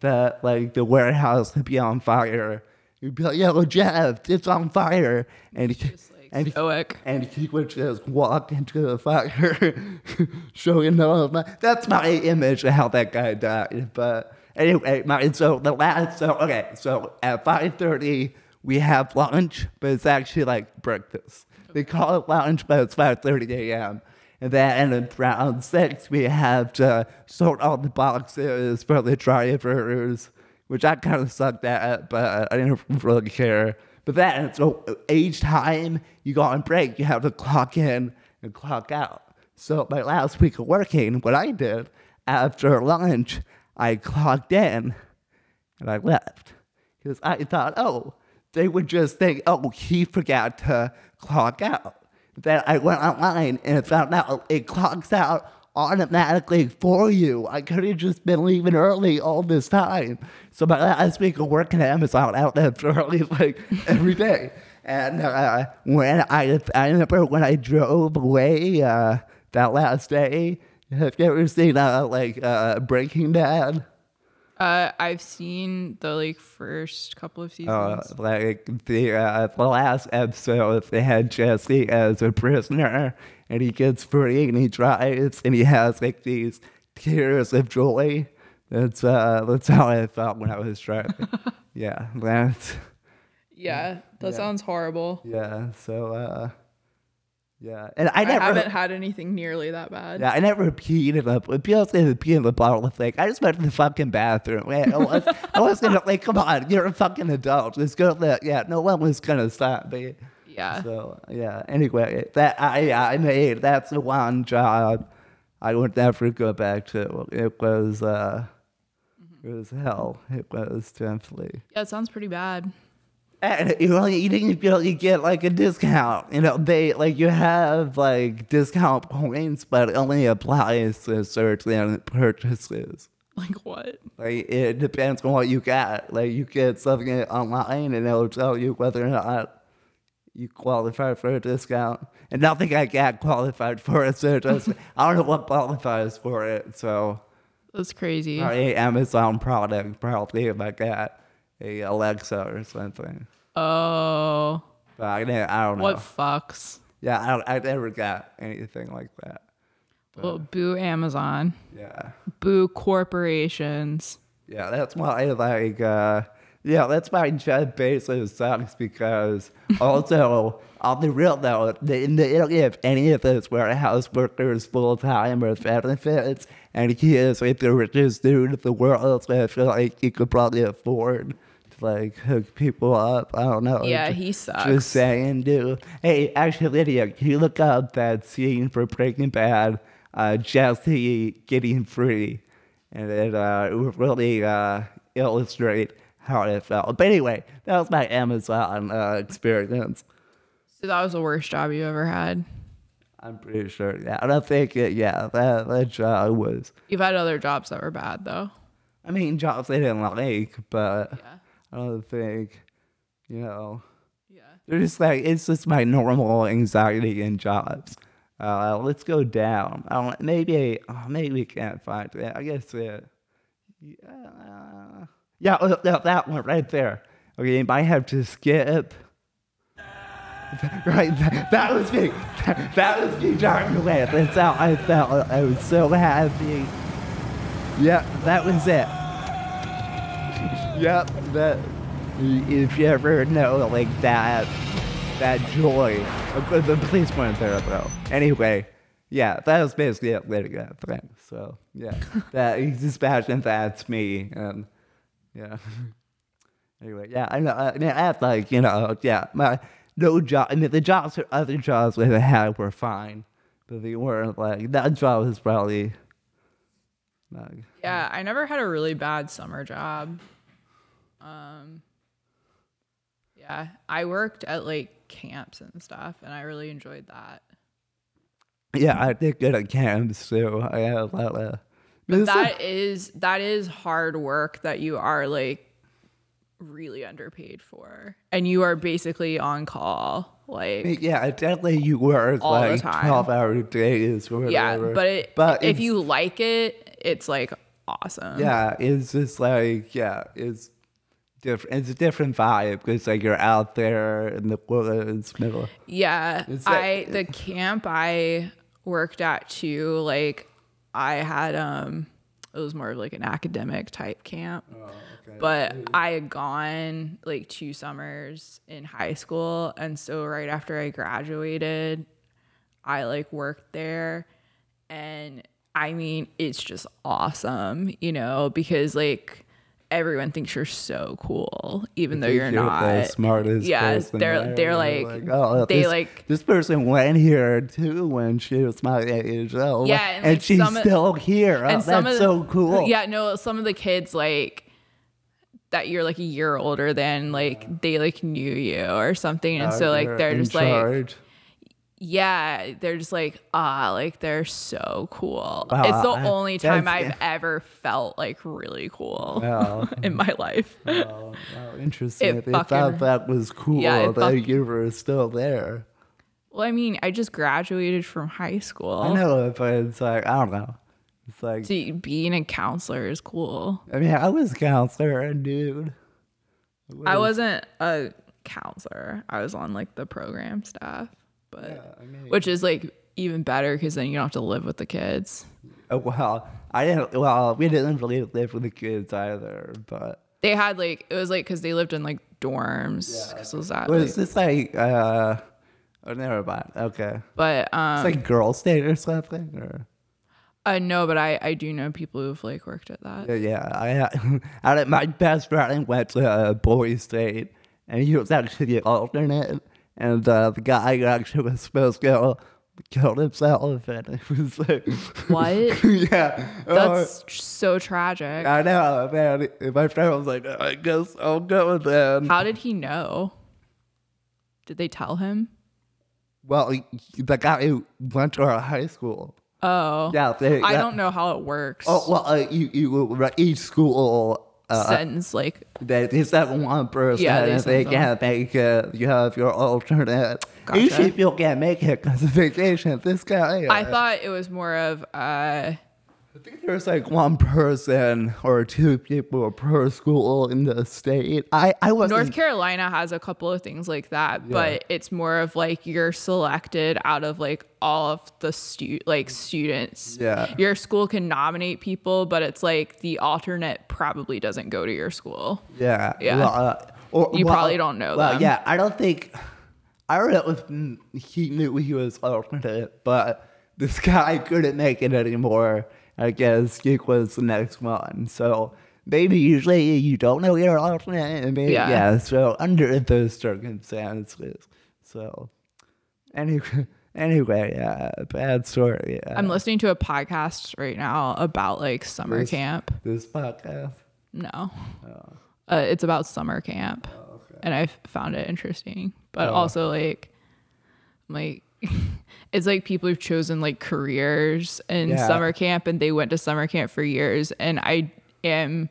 Speaker 1: that like the warehouse would be on fire. You'd be like, yo, Jeff, it's on fire. And he,
Speaker 2: Just, like, oh,
Speaker 1: and,
Speaker 2: stoic.
Speaker 1: and he would just walk into the fire, showing no my That's my image of how that guy died. But anyway, my, so the last, so okay, so at 5.30, we have lunch, but it's actually like breakfast.
Speaker 2: Oh.
Speaker 1: They call it lunch, but it's 5.30 a.m. And then in round six, we have to sort all the boxes for the drivers, which I kind of sucked at, but I didn't really care. But then, so each time you go on break, you have to clock in and clock out. So my last week of working, what I did after lunch, I clocked in and I left because I thought, oh, they would just think, oh, he forgot to clock out. Then I went online and found out it clocks out automatically for you. I could have just been leaving early all this time. So my last week of working at Amazon, I left early like every day. And uh, when I, I remember when I drove away uh, that last day, have you ever seen uh, like uh, Breaking Bad?
Speaker 2: Uh, I've seen the like first couple of
Speaker 1: Uh,
Speaker 2: seasons.
Speaker 1: like the uh, the last episode, they had Jesse as a prisoner, and he gets free, and he drives, and he has like these tears of joy. That's uh, that's how I felt when I was driving. yeah, that's
Speaker 2: yeah, that
Speaker 1: yeah.
Speaker 2: sounds horrible.
Speaker 1: yeah. So uh, yeah, and I
Speaker 2: I,
Speaker 1: never
Speaker 2: haven't had anything nearly that bad.
Speaker 1: Yeah, I never peed in a people say the pee in the bottle thing. I just went to the fucking bathroom. Man, I was I was gonna like come on, you're a fucking adult. Just go to the yeah, no one was gonna stop me.
Speaker 2: Yeah.
Speaker 1: So yeah. Anyway, that I I made that's the one job I would never go back to. It was uh it was hell. It was definitely
Speaker 2: Yeah, it sounds pretty bad.
Speaker 1: and you only you didn't really get like a discount. You know, they like you have like discount points, but it only applies to certain purchases.
Speaker 2: Like what?
Speaker 1: Like it depends on what you got. Like you get something online and it'll tell you whether or not you qualify for a discount. And nothing I got qualified for it, so it doesn't- I don't know what qualifies for it, so
Speaker 2: That's crazy.
Speaker 1: or a Amazon product probably if I got a Alexa or something.
Speaker 2: Oh,
Speaker 1: But I, didn't, I don't know.
Speaker 2: what fucks?
Speaker 1: Yeah, I, don't- I never got anything like that.
Speaker 2: Well, boo Amazon,
Speaker 1: Yeah,
Speaker 2: boo corporations.
Speaker 1: yeah, that's why I like. Uh, yeah, that's why Jeff Bezos sucks because also on the real though, they, they don't give any of those warehouse workers full time or benefits, and he is like the richest dude in the world, so I feel like he could probably afford to just like hook people up. I don't know.
Speaker 2: Yeah,
Speaker 1: Ju-
Speaker 2: he sucks.
Speaker 1: Just saying, dude. Hey, actually, Lydia, can you look up that scene for Breaking Bad? Uh, Jesse getting free, and it uh, it would really uh, illustrate how it felt. But anyway, that was my Amazon uh, experience.
Speaker 2: So that was the worst job you ever had.
Speaker 1: I'm pretty sure. Yeah, I don't think it. Yeah, that that job was.
Speaker 2: You've had other jobs that were bad though.
Speaker 1: I mean, jobs they didn't like, but
Speaker 2: Yeah.
Speaker 1: I don't think, you know.
Speaker 2: Yeah.
Speaker 1: They're just like it's just my normal anxiety in jobs. Uh, let's go down. I don't, maybe oh, maybe we can't find it. I guess it. Yeah, yeah, oh, no, that one right there. Okay, you might have to skip. Right, that, that was me. That, that was me driving away. That's how I felt. I was so happy. Yeah, that was it. Yep, that if you ever know like that that joy. But the police weren't there though. Anyway, yeah, that was basically it later that thing. So yeah. that dispassion that's me and yeah. Anyway, yeah, I know. I mean, I have like you know, yeah, my no job. I mean, the jobs, other jobs that I had were fine, but they weren't like that job was probably not
Speaker 2: Yeah,
Speaker 1: Um,
Speaker 2: I never had a really bad summer job. Um Yeah, I worked at like camps and stuff and I really enjoyed that.
Speaker 1: Yeah, I did good at camps too. I had a lot of. But
Speaker 2: That is that is hard work that you are like really underpaid for and you are basically on call like
Speaker 1: yeah, definitely you work
Speaker 2: All the
Speaker 1: like
Speaker 2: time.
Speaker 1: twelve hour days or whatever.
Speaker 2: yeah but it
Speaker 1: but
Speaker 2: if
Speaker 1: it's-
Speaker 2: you like it it's like awesome
Speaker 1: yeah, it's just like yeah, it's different. It's a different vibe because like you're out there in the woods, middle.
Speaker 2: Yeah.
Speaker 1: It's
Speaker 2: I
Speaker 1: like-
Speaker 2: the camp I worked at too, like I had um it was more of like an academic type camp.
Speaker 1: Oh,
Speaker 2: But I had gone like two summers in high school and so right after I graduated, I like worked there and I mean it's just awesome, you know, because like everyone thinks you're so cool even though
Speaker 1: Think
Speaker 2: you're not.
Speaker 1: The smartest
Speaker 2: Yeah,
Speaker 1: person there,
Speaker 2: they're- they're
Speaker 1: and you're
Speaker 2: like-
Speaker 1: oh,
Speaker 2: they
Speaker 1: this,
Speaker 2: like-
Speaker 1: this person went here too when she was my age. Oh,
Speaker 2: Yeah, and, like,
Speaker 1: she's
Speaker 2: some of-
Speaker 1: still here. Oh,
Speaker 2: and
Speaker 1: that's
Speaker 2: some of
Speaker 1: so cool.
Speaker 2: Yeah, no, some of the kids like that you're like a year older than like they like knew you or something, and
Speaker 1: Uh,
Speaker 2: so like
Speaker 1: you're
Speaker 2: they're
Speaker 1: in
Speaker 2: just like
Speaker 1: charge.
Speaker 2: yeah, they're just like ah, like they're so cool.
Speaker 1: Wow,
Speaker 2: it's the
Speaker 1: I-
Speaker 2: only time I've
Speaker 1: that's-
Speaker 2: ever felt like really cool
Speaker 1: Wow.
Speaker 2: in my life.
Speaker 1: Oh, wow, interesting.
Speaker 2: It
Speaker 1: they
Speaker 2: fucking-
Speaker 1: thought that was cool
Speaker 2: Yeah, it
Speaker 1: that
Speaker 2: fuck-
Speaker 1: you were still there.
Speaker 2: well, I mean, I just graduated from high school.
Speaker 1: I know it, but it's like I don't know. It's like
Speaker 2: So being a counselor is cool.
Speaker 1: I mean, I was a counselor, dude.
Speaker 2: I wasn't a counselor. I was on like the program staff, but
Speaker 1: I mean-
Speaker 2: which is like even better because then you don't have to live with the kids.
Speaker 1: Oh, well, I didn't. Well, we didn't really live with the kids either, but
Speaker 2: They had like it was like because they lived in like dorms
Speaker 1: Yeah.
Speaker 2: 'cause it was that.
Speaker 1: was
Speaker 2: like-
Speaker 1: this like? uh Oh, never mind. Okay,
Speaker 2: but um,
Speaker 1: it's like girl state or something, or.
Speaker 2: uh, no, but I I do know people who've like worked at that.
Speaker 1: Yeah, yeah. I, I did- my best friend went to uh, Boise State, and he was actually the alternate. And uh, the guy who actually was supposed to go killed himself, and it was like,
Speaker 2: What?
Speaker 1: yeah, Oh,
Speaker 2: That's tr- so tragic.
Speaker 1: I know, man. And my friend was like, I guess I'll go with him.
Speaker 2: How did he know? Did they tell him?
Speaker 1: well, he- the guy who went to our high school.
Speaker 2: Oh,
Speaker 1: Yeah, they,
Speaker 2: I
Speaker 1: that-
Speaker 2: don't know how it works.
Speaker 1: Oh, well, uh, you, you, each school. Uh,
Speaker 2: Sentence like
Speaker 1: That is that one person
Speaker 2: Yeah, they
Speaker 1: if they
Speaker 2: send
Speaker 1: can't make it, you have your alternate.
Speaker 2: Gotcha.
Speaker 1: Usually people can't make it because of vacation. This guy,
Speaker 2: I thought it was more of uh
Speaker 1: I think there's like one person or two people per school in the state. I I was
Speaker 2: North Carolina has a couple of things like that, but it's more of like you're selected out of like all of the stu- like students.
Speaker 1: Yeah.
Speaker 2: Your school can nominate people, but it's like the alternate probably doesn't go to your school.
Speaker 1: Yeah.
Speaker 2: Yeah.
Speaker 1: Well, uh, or,
Speaker 2: You
Speaker 1: well,
Speaker 2: probably don't know
Speaker 1: Well,
Speaker 2: them.
Speaker 1: yeah, I don't think. I don't know if mm, he knew he was alternate, but this guy couldn't make it anymore. I guess Geek was the next one, so maybe usually you don't know your alternate. And maybe,
Speaker 2: Yeah.
Speaker 1: yeah. So under those circumstances. So anyway, anyway, yeah, bad story. Yeah.
Speaker 2: I'm listening to a podcast right now about like summer
Speaker 1: This-
Speaker 2: camp.
Speaker 1: this podcast.
Speaker 2: No.
Speaker 1: Oh.
Speaker 2: Uh, it's about summer camp. And I found it interesting. But
Speaker 1: Oh.
Speaker 2: also like I'm like it's like people who've chosen like careers in
Speaker 1: Yeah.
Speaker 2: summer camp and they went to summer camp for years and I am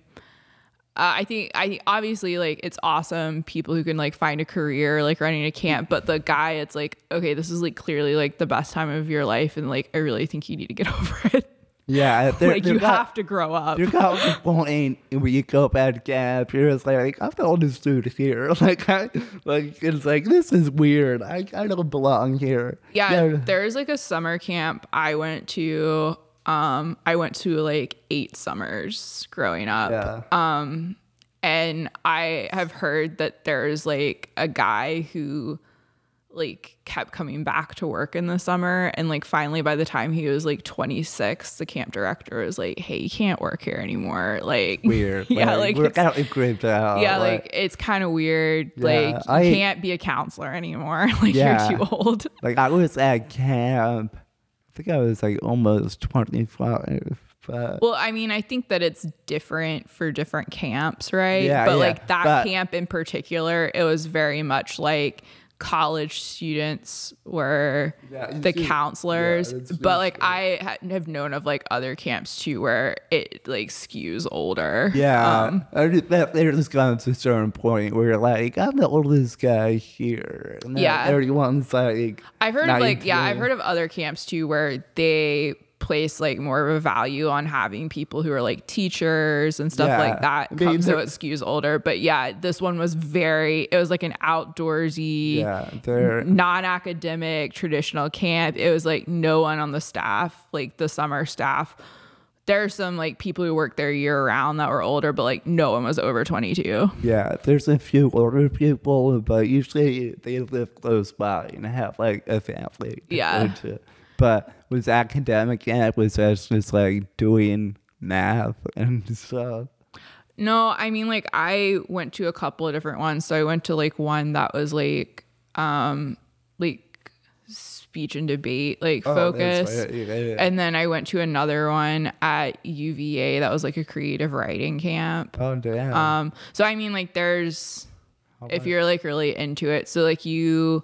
Speaker 2: uh, I think I obviously like it's awesome people who can like find a career like running a camp, but the guy it's like okay, this is like clearly like the best time of your life, and like I really think you need to get over it.
Speaker 1: Yeah, they're,
Speaker 2: like
Speaker 1: they're
Speaker 2: you
Speaker 1: not-
Speaker 2: have to grow up.
Speaker 1: You're got the point where you go back gap. You're just like, I'm the oldest dude here. Like, I, like it's like this is weird. I, I don't belong here.
Speaker 2: yeah, there's like a summer camp i went to um i went to like eight summers growing up
Speaker 1: yeah.
Speaker 2: and i have heard that there's like a guy who like kept coming back to work in the summer and like finally by the time he was like 26 the camp director was like hey you can't work here anymore like
Speaker 1: weird.
Speaker 2: yeah like,
Speaker 1: we're
Speaker 2: it's-
Speaker 1: kind of creeped out.
Speaker 2: yeah like, it's kind of weird like you
Speaker 1: I-
Speaker 2: can't be a counselor anymore like
Speaker 1: Yeah.
Speaker 2: you're too old
Speaker 1: like I was at camp. I think I was like almost 25, but
Speaker 2: Well, I mean, I think that it's different for different camps, right?
Speaker 1: Yeah,
Speaker 2: but
Speaker 1: yeah,
Speaker 2: like that
Speaker 1: but-
Speaker 2: camp in particular, it was very much like college students were
Speaker 1: Yeah, you
Speaker 2: the
Speaker 1: see-
Speaker 2: counselors.
Speaker 1: yeah, it's-
Speaker 2: but like
Speaker 1: it's-
Speaker 2: I ha- have known of like other camps too where it like skews older.
Speaker 1: yeah,
Speaker 2: Um,
Speaker 1: I just, that, they're just going to a certain point where you're like, I'm the oldest guy here. And then
Speaker 2: Yeah.
Speaker 1: everyone's like,
Speaker 2: I've heard of like, yeah, I've
Speaker 1: 19.
Speaker 2: heard of other camps too where they place like more of a value on having people who are like teachers and stuff
Speaker 1: Yeah.
Speaker 2: like that.
Speaker 1: I mean,
Speaker 2: come- so
Speaker 1: they're-
Speaker 2: it skews older. But yeah, this one was very, it was like an outdoorsy,
Speaker 1: Yeah, they're
Speaker 2: non academic, traditional camp. It was like no one on the staff, like the summer staff. There are some like people who work there year round that were older, but like no one was over 22.
Speaker 1: Yeah, there's a few older people, but usually they live close by and have like a family. to
Speaker 2: Yeah.
Speaker 1: go to. But with academic camp, was just just, like doing math and stuff.
Speaker 2: No, I mean like I went to a couple of different ones. So I went to like one that was like um like speech and debate like
Speaker 1: Oh,
Speaker 2: focus.
Speaker 1: And
Speaker 2: And then I went to another one at UVA that was like a creative writing camp.
Speaker 1: oh, damn.
Speaker 2: Um so I mean like there's if you're like really into it. So like you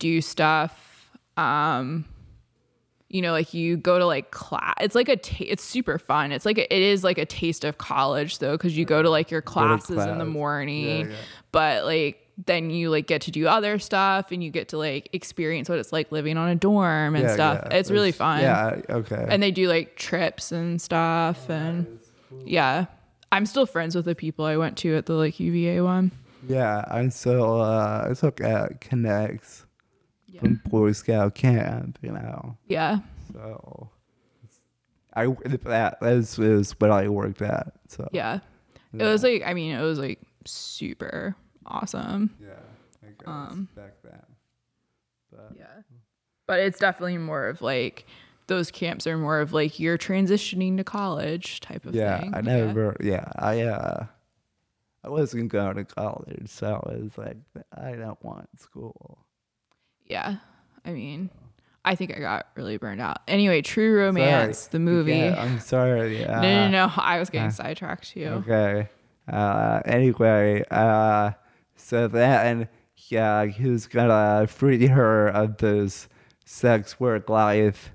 Speaker 2: do stuff um you know like you go to like class it's like a ta- it's super fun it's like a, it is like a taste of college though because you go to like your classes in the
Speaker 1: class.
Speaker 2: morning
Speaker 1: Yeah, yeah.
Speaker 2: but like then you like get to do other stuff and you get to like experience what it's like living on a dorm and
Speaker 1: Yeah,
Speaker 2: stuff
Speaker 1: yeah,
Speaker 2: it's really fun
Speaker 1: Yeah, okay. Oh,
Speaker 2: and they do like trips and stuff and yeah i'm still friends with the people i went to at the like uva one
Speaker 1: yeah, I'm so, uh, I took uh, Connects from Boy Scout camp, you know.
Speaker 2: yeah
Speaker 1: Oh, So I, that, that is what I worked at. So,
Speaker 2: yeah it was like i mean it was like super awesome
Speaker 1: Yeah, I guess
Speaker 2: Um,
Speaker 1: back then. But
Speaker 2: Yeah. But it's definitely more of like those camps are more of like you're transitioning to college type of
Speaker 1: yeah,
Speaker 2: thing.
Speaker 1: I never. Yeah. I uh, I wasn't going to college, so I was like, I don't want school.
Speaker 2: Yeah. yeah. I mean, I think I got really burned out. Anyway, True Romance,
Speaker 1: Sorry,
Speaker 2: the
Speaker 1: you
Speaker 2: movie.
Speaker 1: can't- I'm sorry. Uh,
Speaker 2: no, no, no. I was getting
Speaker 1: uh,
Speaker 2: sidetracked too.
Speaker 1: Okay. Uh, anyway, uh, so then yeah, he was gonna free her of this sex work life,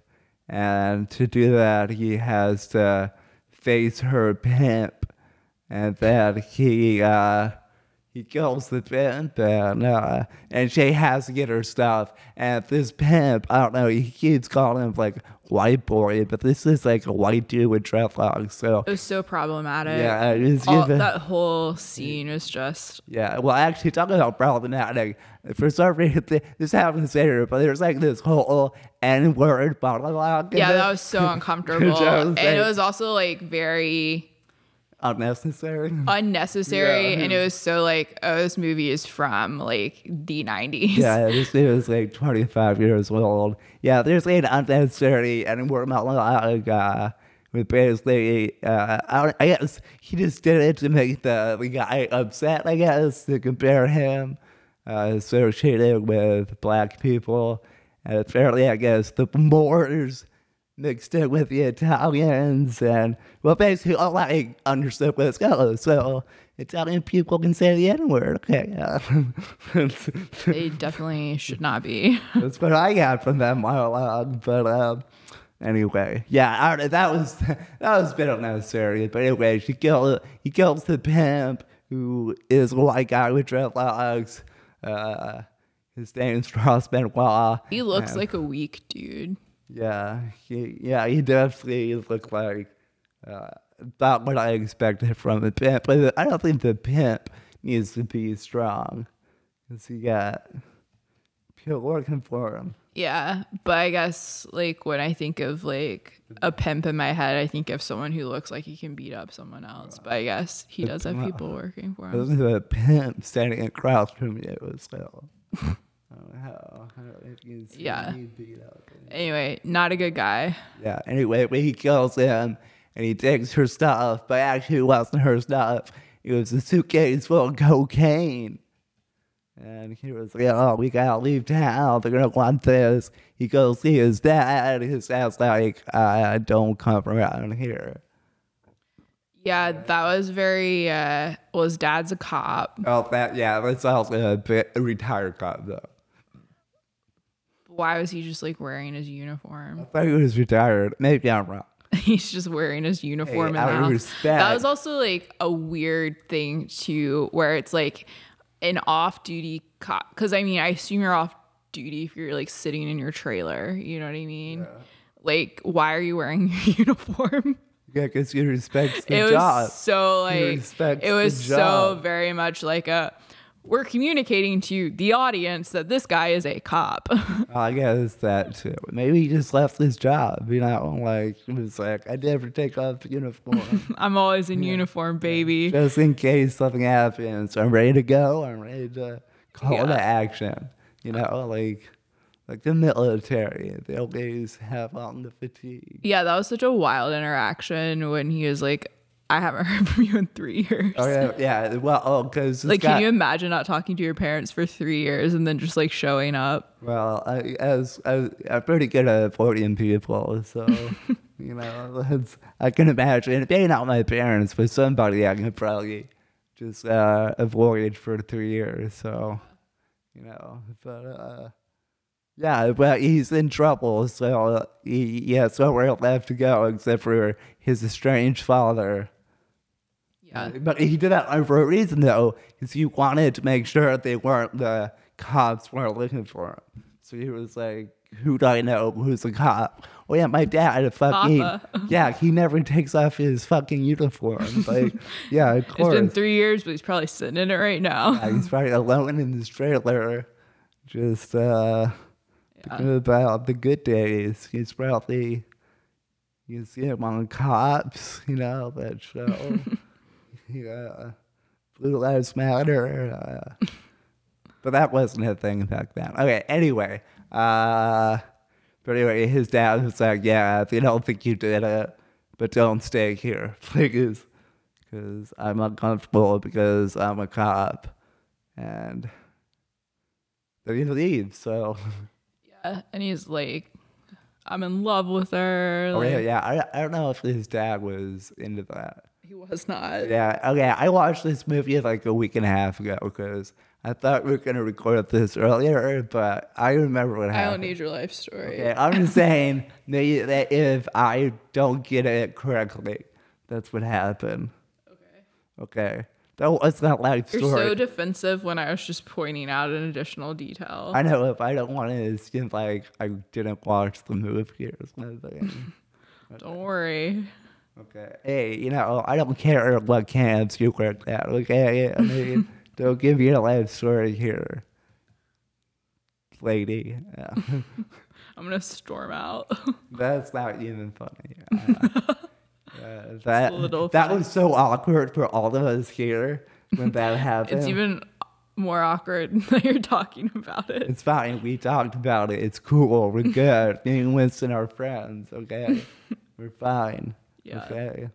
Speaker 1: and to do that, he has to face her pimp, and then he uh, he kills the pimp, and uh, and she has to get her stuff. And this pimp, I don't know, he keeps calling him like white boy, but this is like a white dude with dreadlocks, so.
Speaker 2: It was so problematic.
Speaker 1: Yeah, it is
Speaker 2: All,
Speaker 1: even-
Speaker 2: Uh, oh, that whole scene was just
Speaker 1: Yeah, well, actually, talking about problematic, for some reason, th- this happens later, but there's like this whole N word monologue. in
Speaker 2: yeah,
Speaker 1: it.
Speaker 2: that was so uncomfortable,
Speaker 1: Which I was
Speaker 2: and it
Speaker 1: like-
Speaker 2: was also like very
Speaker 1: unnecessary.
Speaker 2: unnecessary,
Speaker 1: Yeah.
Speaker 2: and it was so like, oh, this movie is from like the '90s.
Speaker 1: yeah, this dude was like 25 years old. Yeah, there's like an unnecessary N word monologue, uh, But basically, uh, I, don't- I guess he just did it to make the, the guy upset, I guess, to compare him uh, associated with black people. And apparently, I guess, the Moors mixed in with the Italians. And, well, basically, all I understood was, oh, so Italian people can say the N word. Okay. yeah. that's,
Speaker 2: They definitely should not be.
Speaker 1: that's what I got from that monologue. But, um, Anyway, yeah, I, don't- that was that was a bit unnecessary. But anyway, she killed he kills the pimp who is a white guy with dreadlocks. Uh, his name is Ross Benoit.
Speaker 2: He looks
Speaker 1: and-
Speaker 2: like a weak dude.
Speaker 1: yeah, he, yeah, he definitely looked like uh, about what I expected from the pimp. But I don't think the pimp needs to be strong because he got people working for him.
Speaker 2: Yeah, but I guess like when I think of like a pimp in my head, I think of someone who looks like he can beat up someone else. But I guess he does have people working for him.
Speaker 1: This is a pimp standing across from you, so. I don't know how- Oh, I don't think he's- he
Speaker 2: Yeah.
Speaker 1: needs to be out there.
Speaker 2: Anyway, not a good guy.
Speaker 1: Yeah. Anyway, when he kills him and he takes her stuff, but actually it wasn't her stuff. It was a suitcase full of cocaine. And he was like, "Oh, we gotta leave town. They're gonna want this." He goes see his dad. His dad's like, uh, "Don't come around here."
Speaker 2: Yeah, that was very uh well his dad's a cop.
Speaker 1: Oh, that yeah. That's also a, bit, a retired cop though.
Speaker 2: Why was he just like wearing his uniform?
Speaker 1: I thought he was retired. Maybe I'm wrong.
Speaker 2: He's just wearing his uniform
Speaker 1: Hey,
Speaker 2: in the
Speaker 1: out of
Speaker 2: house.
Speaker 1: respect.
Speaker 2: That was also like a weird thing to where it's like an off-duty cop. Because I mean, I assume you're off-duty if you're like sitting in your trailer. You know what I mean? Like, why are you wearing your uniform?
Speaker 1: Yeah, because he respects the
Speaker 2: it was
Speaker 1: job.
Speaker 2: so
Speaker 1: He
Speaker 2: like
Speaker 1: respects
Speaker 2: it
Speaker 1: the
Speaker 2: was so
Speaker 1: job.
Speaker 2: very much like a we're communicating to the audience that this guy is a cop.
Speaker 1: I guess that too. Maybe he just left his job, you know, like he was like, I never take off the uniform.
Speaker 2: I'm always in uniform, baby.
Speaker 1: just in case something happens. I'm ready to go. I'm ready to call
Speaker 2: Yeah.
Speaker 1: to action. You know, like like the military. They always have on the fatigue.
Speaker 2: Yeah, that was such a wild interaction when he was like, I haven't heard from you in three years.
Speaker 1: Oh yeah, yeah. Well, oh, because
Speaker 2: Like, can you imagine not talking to your parents for three years and then just like showing up?
Speaker 1: Well, I, as I, I'm pretty good at avoiding people, so you know, that's, I can imagine. Maybe not my parents, but somebody I can probably just uh, avoid for three years. So, you know, but uh, yeah, but he's in trouble, so he, he has nowhere left to go except for his estranged father.
Speaker 2: Yeah.
Speaker 1: Uh, But he did that for a reason, though, because he wanted to make sure they weren't the cops weren't looking for him. So he was like, "Who do I know? Who's a cop?" Oh yeah, my dad a fucking
Speaker 2: Papa.
Speaker 1: yeah. He never takes off his fucking uniform. Like yeah, of
Speaker 2: It's
Speaker 1: course.
Speaker 2: been three years, but he's probably sitting in it right now.
Speaker 1: Yeah, he's probably alone in his trailer, just uh, thinking about the good days. He's probably you see him on Cops, you know that show. yeah, Blue Lives Matter. Uh, but that wasn't a thing back then. Okay, anyway. Uh, but anyway, his dad was like, yeah, if you don't think you did it, but don't stay here, please. Because I'm uncomfortable because I'm a cop. And then he leaves. So,
Speaker 2: Yeah. And he's like, I'm in love with her.
Speaker 1: oh,
Speaker 2: Like,
Speaker 1: yeah, yeah. I, I don't know if his dad was into that.
Speaker 2: He was not.
Speaker 1: Yeah, okay. I watched this movie like a week and a half ago because I thought we were going to record this earlier, but I remember what
Speaker 2: I
Speaker 1: happened.
Speaker 2: don't need your life story.
Speaker 1: Okay, I'm just saying that that if I don't get it correctly, that's what happened.
Speaker 2: Okay.
Speaker 1: Okay. That was not life
Speaker 2: You're
Speaker 1: story.
Speaker 2: so defensive when I was just pointing out an additional detail.
Speaker 1: I know if I don't want to seem like I didn't watch the movie or something.
Speaker 2: don't worry.
Speaker 1: okay. Hey, you know, I don't care what camps you worked at, okay? I mean, don't give me a life story here, lady. Yeah.
Speaker 2: I'm going to storm out.
Speaker 1: That's not even funny. Uh, uh, that
Speaker 2: little
Speaker 1: that was so awkward for all of us here when that happened.
Speaker 2: it's even more awkward that you're talking about it.
Speaker 1: It's fine. We talked about it. It's cool. We're good. Me and Winston are friends. Okay, we're fine.
Speaker 2: Yeah.
Speaker 1: Okay.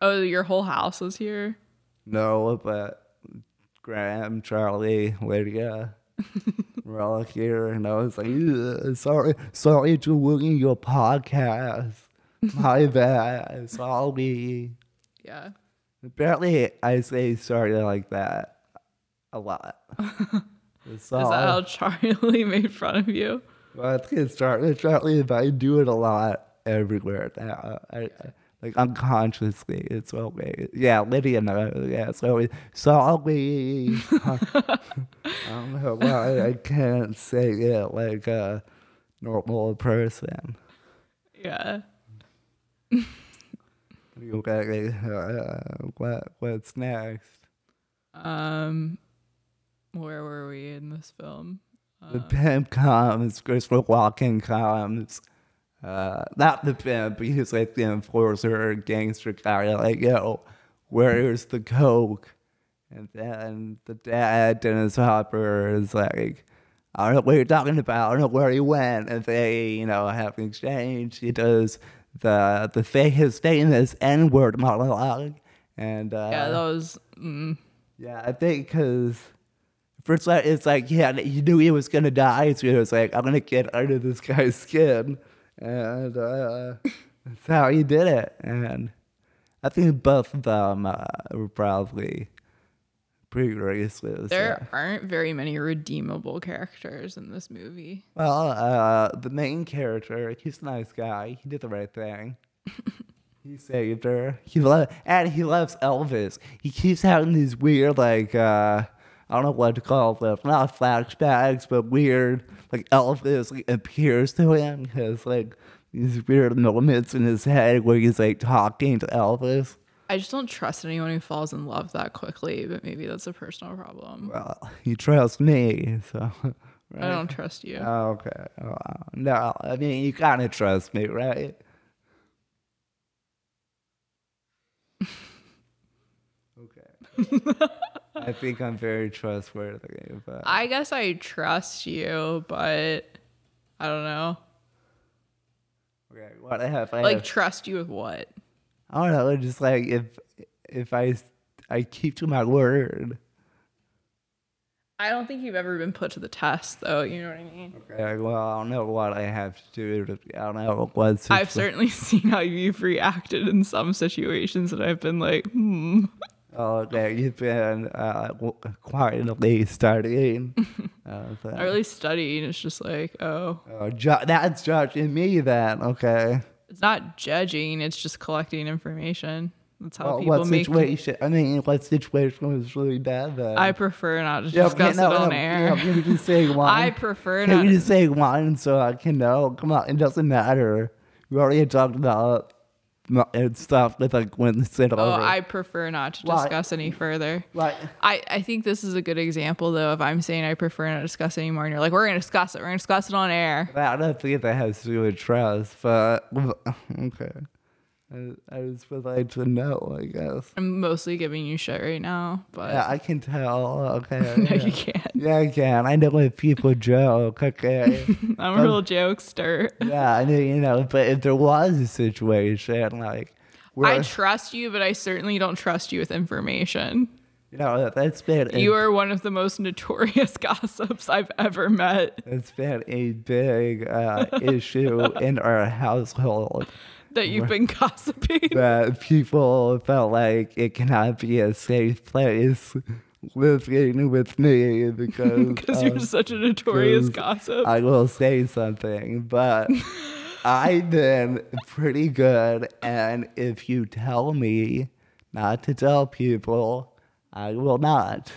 Speaker 2: Oh, your whole house was here.
Speaker 1: No, but Graham, Charlie, Lydia, we're all here, and I was like, "Ugh, sorry, sorry to ruin your podcast. My bad. Sorry.
Speaker 2: Yeah.
Speaker 1: Apparently, I say sorry like that a lot. So,
Speaker 2: Is that how Charlie made fun of you?
Speaker 1: well, I think it's Charlie, Charlie, but I do it a lot everywhere now. I, I- like unconsciously, it's always yeah. Lydia knows. Yeah, it's always sorry. I don't know why um, I can't say it like a normal person.
Speaker 2: Yeah.
Speaker 1: Okay, uh, what what's next?
Speaker 2: Um, where were we in this film?
Speaker 1: The pimp comes, Christopher Walken comes. Uh, not the pimp, but he's like the enforcer, gangster guy. Like, yo, where's the coke? And then the dad, Dennis Hopper, is like, I don't know what you're talking about. I don't know where he went. And they, you know, have an exchange. He does the the famous, famous N word monologue. And uh,
Speaker 2: yeah, that was. Mm,
Speaker 1: yeah, I think because first one, it's like, yeah, you knew he was gonna die, so he was like, I'm gonna get under this guy's skin, and uh, that's how he did it. And I think both of them uh, were probably pretty racist.
Speaker 2: there
Speaker 1: yeah.
Speaker 2: aren't very many redeemable characters in this movie.
Speaker 1: Well, uh, the main character, he's a nice guy. He did the right thing. he saved her. He lo- and he loves Elvis. He keeps having these weird, like, uh, I don't know what to call them, not flashbacks, but weird, like Elvis like, appears to him. Has like these weird moments in his head where he's like talking to Elvis.
Speaker 2: I just don't trust anyone who falls in love that quickly, but maybe that's a personal problem.
Speaker 1: Well, he trusts me, so.
Speaker 2: I don't trust you.
Speaker 1: Oh, Okay. Well, no, I mean you kind of trust me, right? okay. I think I'm very trustworthy, but
Speaker 2: I guess I trust you, but I don't know.
Speaker 1: okay. What have I?
Speaker 2: Like, trust you with what?
Speaker 1: I don't know. Just like if if I s- I keep to my word.
Speaker 2: I don't think you've ever been put to the test, though. You know what I mean?
Speaker 1: Okay. Well, I don't know what I have to do. To, I don't know what's.
Speaker 2: I've certainly seen how you've reacted in some situations, and I've been like, hmm.
Speaker 1: Oh, Okay, you've been uh, w- quietly starting. uh, so-
Speaker 2: I really studied. It's just like, oh,
Speaker 1: Oh, ju- that's judging me then. Okay.
Speaker 2: it's not judging. It's just collecting information. That's how
Speaker 1: Well,
Speaker 2: people
Speaker 1: what
Speaker 2: make.
Speaker 1: situation? I mean, what situation was really bad then?
Speaker 2: I prefer not to
Speaker 1: Yeah, okay,
Speaker 2: discuss
Speaker 1: no,
Speaker 2: it on
Speaker 1: no,
Speaker 2: air.
Speaker 1: yeah, Can you just say one?
Speaker 2: I prefer
Speaker 1: Can
Speaker 2: not.
Speaker 1: you just say one so I can know? Come on, it doesn't matter. We already talked about m- and stuff with like when the sit
Speaker 2: oh,
Speaker 1: over.
Speaker 2: I prefer not to
Speaker 1: Why?
Speaker 2: discuss any further.
Speaker 1: like,
Speaker 2: I, I think this is a good example though. If I'm saying I prefer not to discuss it anymore, and you're like, we're gonna discuss it, we're gonna discuss it on air.
Speaker 1: I don't think that has to do with trust, but okay. I, I just would like to know, I guess.
Speaker 2: I'm mostly giving you shit right now, but
Speaker 1: Yeah, I can tell. Oh, Okay.
Speaker 2: no,
Speaker 1: yeah.
Speaker 2: you can't.
Speaker 1: Yeah, I can. I know when people joke. Okay.
Speaker 2: I'm a real jokester.
Speaker 1: yeah, I know, you know, but if there was a situation like where,
Speaker 2: I trust you, but I certainly don't trust you with information.
Speaker 1: you know, that's been a,
Speaker 2: You are one of the most notorious gossips I've ever met.
Speaker 1: that's been a big uh, issue in our household
Speaker 2: That you've been gossiping.
Speaker 1: that people felt like it cannot be a safe place living with me because
Speaker 2: Because
Speaker 1: of-
Speaker 2: you're such a notorious
Speaker 1: 'cause
Speaker 2: gossip.
Speaker 1: I will say something, but I've been pretty good. And if you tell me not to tell people, I will not.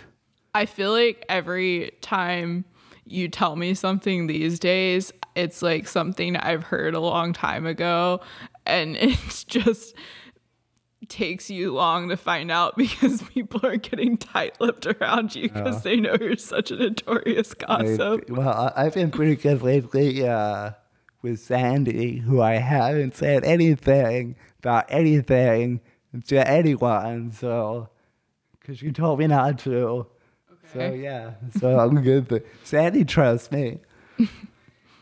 Speaker 2: I feel like every time you tell me something these days, it's like something I've heard a long time ago. And it's just takes you long to find out because people are getting tight lipped around you because they know you're such a notorious
Speaker 1: I-
Speaker 2: gossip.
Speaker 1: well, I- I've been pretty good lately uh, with Sandy, who I haven't said anything about anything to anyone. So, because you told me not to. So,
Speaker 2: Okay.
Speaker 1: yeah. So I'm good. Sandy trusts me.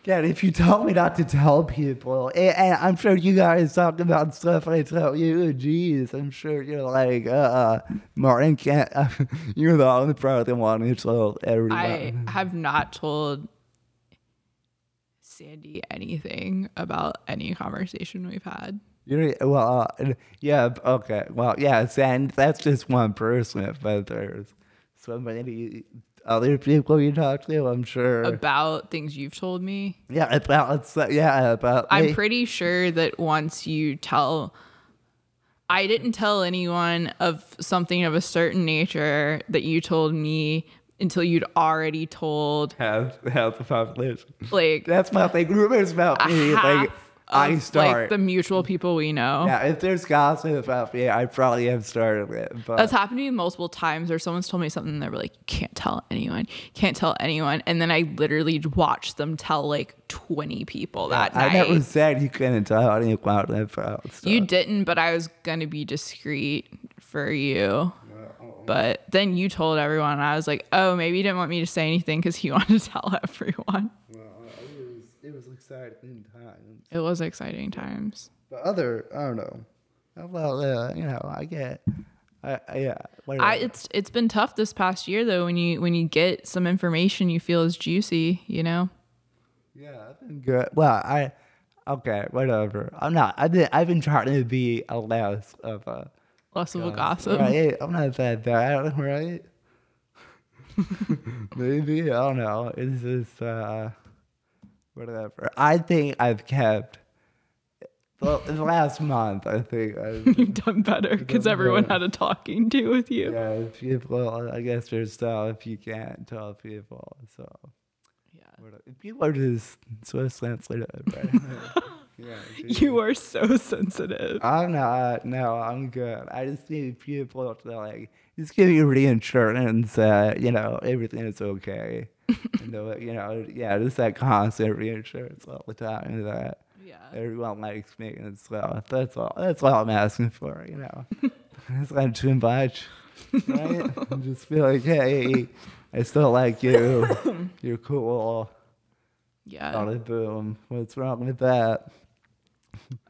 Speaker 1: Yeah, if you told me not to tell people, and, and I'm sure you guys talked about stuff I tell you, geez, I'm sure you're like, uh, Martin can't, you're the only person one who told everyone.
Speaker 2: I have not told Sandy anything about any conversation we've had.
Speaker 1: You know, well, uh, yeah, okay, well, yeah, Sandy, that's just one person, but there's so many other people you talk to, I'm sure.
Speaker 2: About things you've told me.
Speaker 1: Yeah, about uh, yeah, about.
Speaker 2: I'm
Speaker 1: me.
Speaker 2: pretty sure that once you tell, I didn't tell anyone of something of a certain nature that you told me until you'd already told
Speaker 1: half, half the population.
Speaker 2: Like
Speaker 1: that's my thing. Rumors about me, like. I start
Speaker 2: like the mutual people we know.
Speaker 1: Yeah, if there's gossip about me, I probably have started it. But
Speaker 2: that's happened to me multiple times, or someone's told me something, and they were like, "You can't tell anyone, can't tell anyone," and then I literally watched them tell like twenty people that
Speaker 1: I
Speaker 2: night.
Speaker 1: never said you couldn't tell anyone about that stuff.
Speaker 2: You didn't, but I was gonna be discreet for you. But then you told everyone, and I was like, "Oh, maybe you didn't want me to say anything because he wanted to tell everyone."
Speaker 1: it was exciting times.
Speaker 2: It was exciting times.
Speaker 1: But other, I don't know. Well, uh, you know, I get, I, I yeah.
Speaker 2: I, it's it's been tough this past year though. When you when you get some information you feel is juicy, you know.
Speaker 1: Yeah, I've been good. Well, I okay, whatever. I'm not. I've been I've been trying to be a less of a
Speaker 2: less of a gossip.
Speaker 1: Right? I'm not that bad, right? Maybe I don't know. It's just. uh whatever. I think I've kept the, the last month. I think
Speaker 2: I've done better because everyone better. had a talking to with you.
Speaker 1: Yeah, people. I guess there's stuff you can't tell people. So uh, yeah, whatever. people are just so sensitive. uh, Right?
Speaker 2: yeah, you are so sensitive.
Speaker 1: I'm not. No, I'm good. I just need people to like just give you reinsurance that you know everything is okay. and the, you know, yeah, just that constant reinsurance all the time that yeah. everyone likes me and stuff. That's all. That's all I'm asking for. You know, it's not too much. Right? just feel like, hey, I still like you. You're cool.
Speaker 2: Yeah.
Speaker 1: Not boom. What's wrong with that?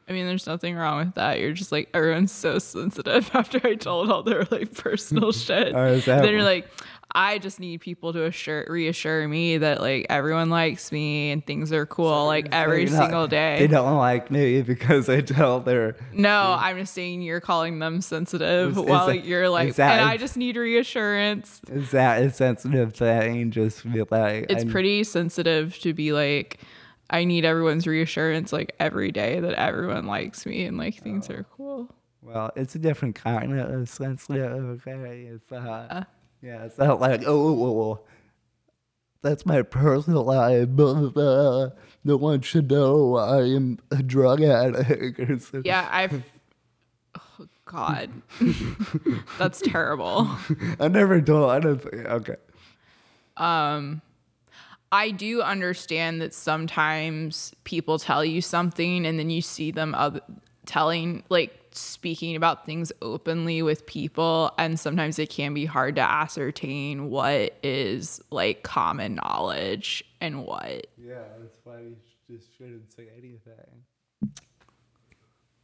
Speaker 2: I mean, there's nothing wrong with that. You're just like everyone's so sensitive after I told all their like personal shit.
Speaker 1: oh,
Speaker 2: then one? you're like, I just need people to assure reassure me that like everyone likes me and things are cool so like every
Speaker 1: not,
Speaker 2: single day.
Speaker 1: They don't like me because I tell their
Speaker 2: No, I'm just saying you're calling them sensitive is, while is you're like that, and I just need reassurance.
Speaker 1: Is that a sensitive thing? Just feel like
Speaker 2: it's I'm, pretty sensitive to be like I need everyone's reassurance like every day that everyone likes me and like things oh, are cool.
Speaker 1: Well, it's a different kind of uh, sensitive, okay? It's uh, yeah. Yeah, it's not like, oh, oh, oh, that's my personal life. Uh, no one should know I am a drug addict.
Speaker 2: yeah, I've. Oh, God. that's terrible.
Speaker 1: I never told. I don't think. Okay.
Speaker 2: Um, I do understand that sometimes people tell you something and then you see them other, telling, like, speaking about things openly with people and sometimes it can be hard to ascertain what is like common knowledge and what
Speaker 1: yeah that's why we just shouldn't say anything